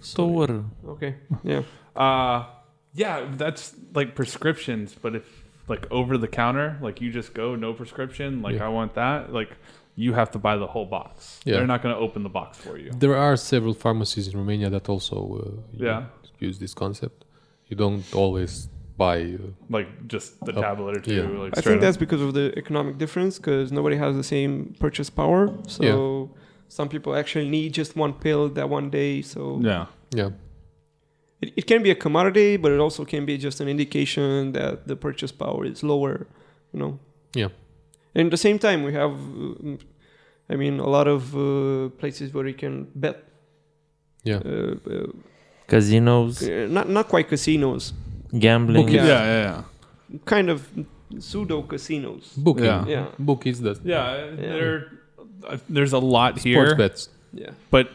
S2: So what?
S1: Okay. Yeah.
S3: Uh yeah, that's like prescriptions, but if like over the counter, like you just go no prescription, like
S4: Yeah.
S3: I want that, like you have to buy the whole box.
S4: Yeah.
S3: They're not going to open the box for you.
S4: there are several pharmacies in Romania that also uh,
S3: Yeah.
S4: use this concept. You don't always buy. Uh,
S3: Like just the
S4: Oh,
S3: tablet or two.
S4: yeah.
S3: Like
S1: I
S3: straight
S1: think
S3: up.
S1: that's because of the economic difference, because nobody has the same purchase power. So some people actually need just one pill that one day. So
S3: yeah.
S4: yeah,
S1: it, it can be a commodity, but it also can be just an indication that the purchase power is lower. You know.
S4: yeah,
S1: And at the same time, we have, um, I mean, a lot of uh, places where you can bet.
S4: yeah.
S1: Uh, uh,
S2: Casinos,
S1: uh, not not quite casinos,
S2: gambling.
S1: Yeah.
S3: yeah. Yeah,
S1: kind of pseudo casinos.
S4: Booking,
S3: Yeah.
S1: Yeah,
S4: book is that
S3: yeah, yeah.
S1: Yeah.
S3: There, uh, there's a lot
S4: sports
S3: here,
S4: bets.
S1: yeah.
S3: but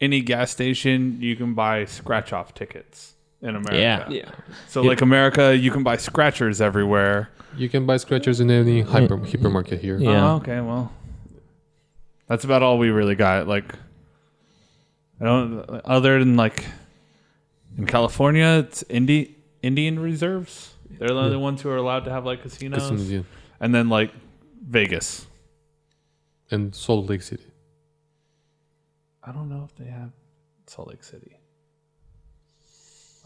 S3: any gas station you can buy scratch off tickets in America.
S1: Yeah.
S3: So
S2: Yeah.
S3: like America, you can buy scratchers everywhere.
S4: You can buy scratchers in any hyper, hypermarket here.
S2: Yeah.
S3: Oh, okay. Well, that's about all we really got. Like, I don't. Other than like, in California, it's Indi- Indian reserves. They're the only ones who are allowed to have like casinos.
S4: Casinos, yeah.
S3: And then like Vegas.
S4: and Salt Lake City.
S3: I don't know if they have Salt Lake City.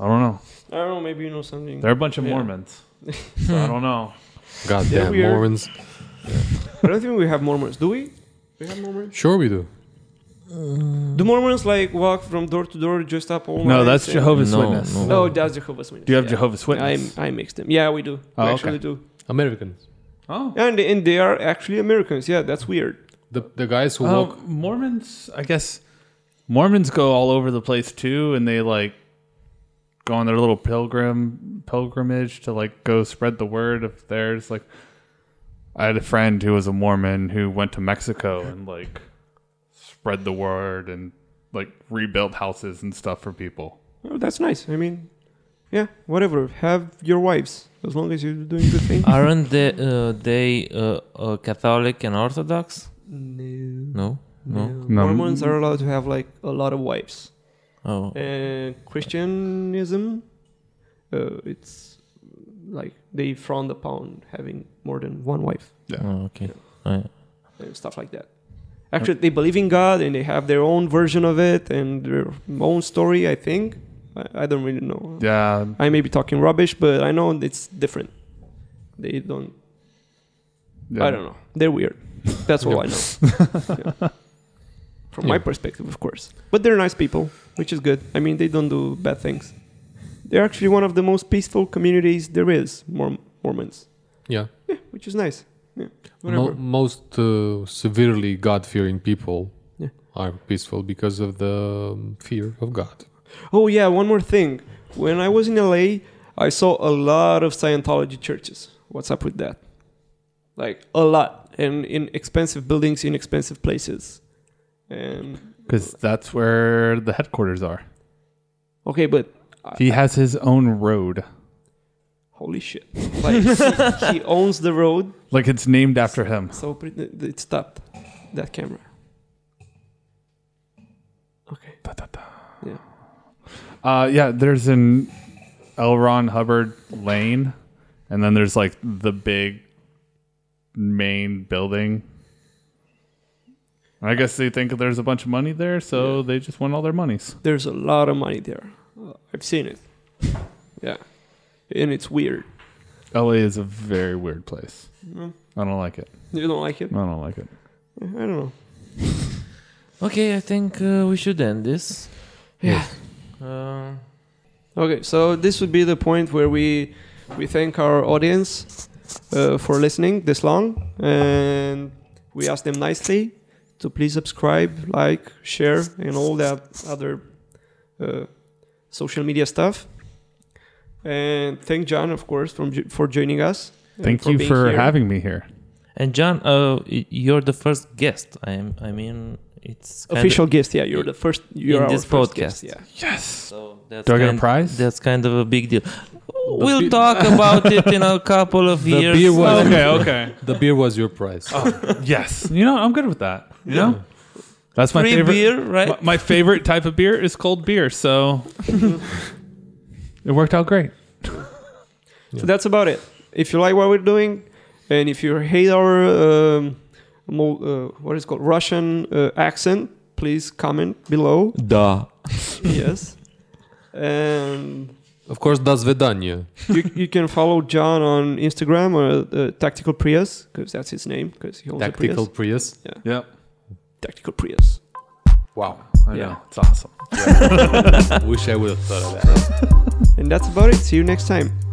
S3: I don't know.
S1: I don't know. Maybe you know something.
S3: They're a bunch of
S1: Yeah.
S3: Mormons. so I don't know.
S4: Goddamn
S1: we are-
S4: Mormons.
S1: I don't think we have Mormons. Do we? We have Mormons.
S4: Sure, we do.
S1: Do Mormons like walk from door to door, dressed up all
S3: No,
S1: night
S3: that's
S1: and-
S3: Jehovah's
S2: No,
S3: Witness.
S2: no.
S1: Oh, that's Jehovah's Witness.
S3: Do you have
S1: yeah.
S3: Jehovah's Witness?
S1: I I mix them. Yeah, we do.
S3: Oh,
S1: we
S3: okay.
S1: actually do.
S4: Americans.
S3: oh.
S1: And and they are actually Americans. Yeah, that's weird.
S4: The the guys who
S3: Oh,
S4: walk.
S3: Mormons, I guess Mormons go all over the place too, and they like go on their little pilgrim pilgrimage to like go spread the word of theirs. Like, I had a friend who was a Mormon who went to Mexico and like spread the word and like rebuilt houses and stuff for people.
S1: Oh, that's nice. I mean, yeah, whatever. Have your wives as long as you're doing good things.
S2: Aren't they uh, they uh, uh, Catholic and Orthodox?
S1: no,
S2: No. No.
S3: No.
S1: Mormons are allowed to have like a lot of wives.
S2: Oh.
S1: And Christianism, uh, it's like they frown upon having more than one wife
S2: oh okay. I-
S1: and uh, stuff like that. Actually, they believe in God and they have their own version of it and their own story. I think I, I don't really know.
S3: Yeah,
S1: I may be talking rubbish, but I know it's different. They don't.
S3: yeah.
S1: I don't know. They're weird. That's all I know. Yeah. From my
S4: Yeah.
S1: perspective, of course. But they're nice people, which is good. I mean, they don't do bad things. They're actually one of the most peaceful communities there is, Morm- Mormons.
S4: Yeah.
S1: Yeah, which is nice. Yeah,
S4: Mo-
S1: whatever.
S4: most uh, severely God fearing people
S1: Yeah.
S4: are peaceful because of the um, fear of God.
S1: Oh, yeah, one more thing. When I was in LA, I saw a lot of Scientology churches. What's up with that? Like, a lot. And in expensive buildings, in expensive places. And
S3: because that's where the headquarters are.
S1: Okay, but I-
S3: He has his own road,
S1: holy shit! Like he, he owns the road,
S3: like it's named after him.
S1: so pre- th- it stopped that camera. Okay. Yeah.
S3: Uh, yeah, there's an L. Ron Hubbard Lane, and then there's like the big main building. I guess they think there's a bunch of money there, so they just want all their monies.
S1: There's a lot of money there. Uh, I've seen it. Yeah, and it's weird.
S3: LA is a very weird place.
S1: Mm.
S3: I don't like it.
S1: You don't like it?
S3: I don't like it.
S1: I don't know.
S2: Okay, I think uh, we should end this.
S1: Yeah.
S2: Uh,
S1: Okay, so this would be the point where we we thank our audience uh, for listening this long, and we ask them nicely to please subscribe, like, share, and all that other uh, social media stuff. And thank John, of course, from jo- for joining us. and
S3: Thank you
S1: being
S3: for
S1: here.
S3: having me here.
S2: And John, uh, y- you're the first guest. I am. I mean, it's kind of-
S1: official guest. Yeah, you're the first. You're
S2: this
S1: our first guest,
S2: podcast.
S1: yeah.
S3: Yes.
S2: so that's
S3: Do I get a
S2: kind-
S3: prize?
S2: That's kind of a big deal. We'll
S4: beer-
S2: talk about it in a couple of
S4: The
S2: years.
S4: beer was
S3: Okay, okay.
S4: the beer was your prize.
S3: yes. You know, I'm good with that. You know? That's my
S2: Free
S3: favorite.
S2: beer, right?
S3: My, my favorite type of beer is cold beer, so it worked out great.
S1: So that's about it. If you like what we're doing, and if you hate our um, mo- uh, what is it called Russian uh, accent, please comment below.
S2: Duh.
S1: yes, and
S4: Of course, das vedanya.
S1: you, you can follow John on Instagram or uh, Tactical Prius because that's his name because he owns
S4: Tactical
S1: a Prius.
S4: Prius.
S3: Yep.
S1: Tactical Prius.
S4: Wow.
S3: I
S1: Yeah.
S3: know. It's awesome.
S4: Wish I would have thought of that.
S1: And that's about it. See you next time.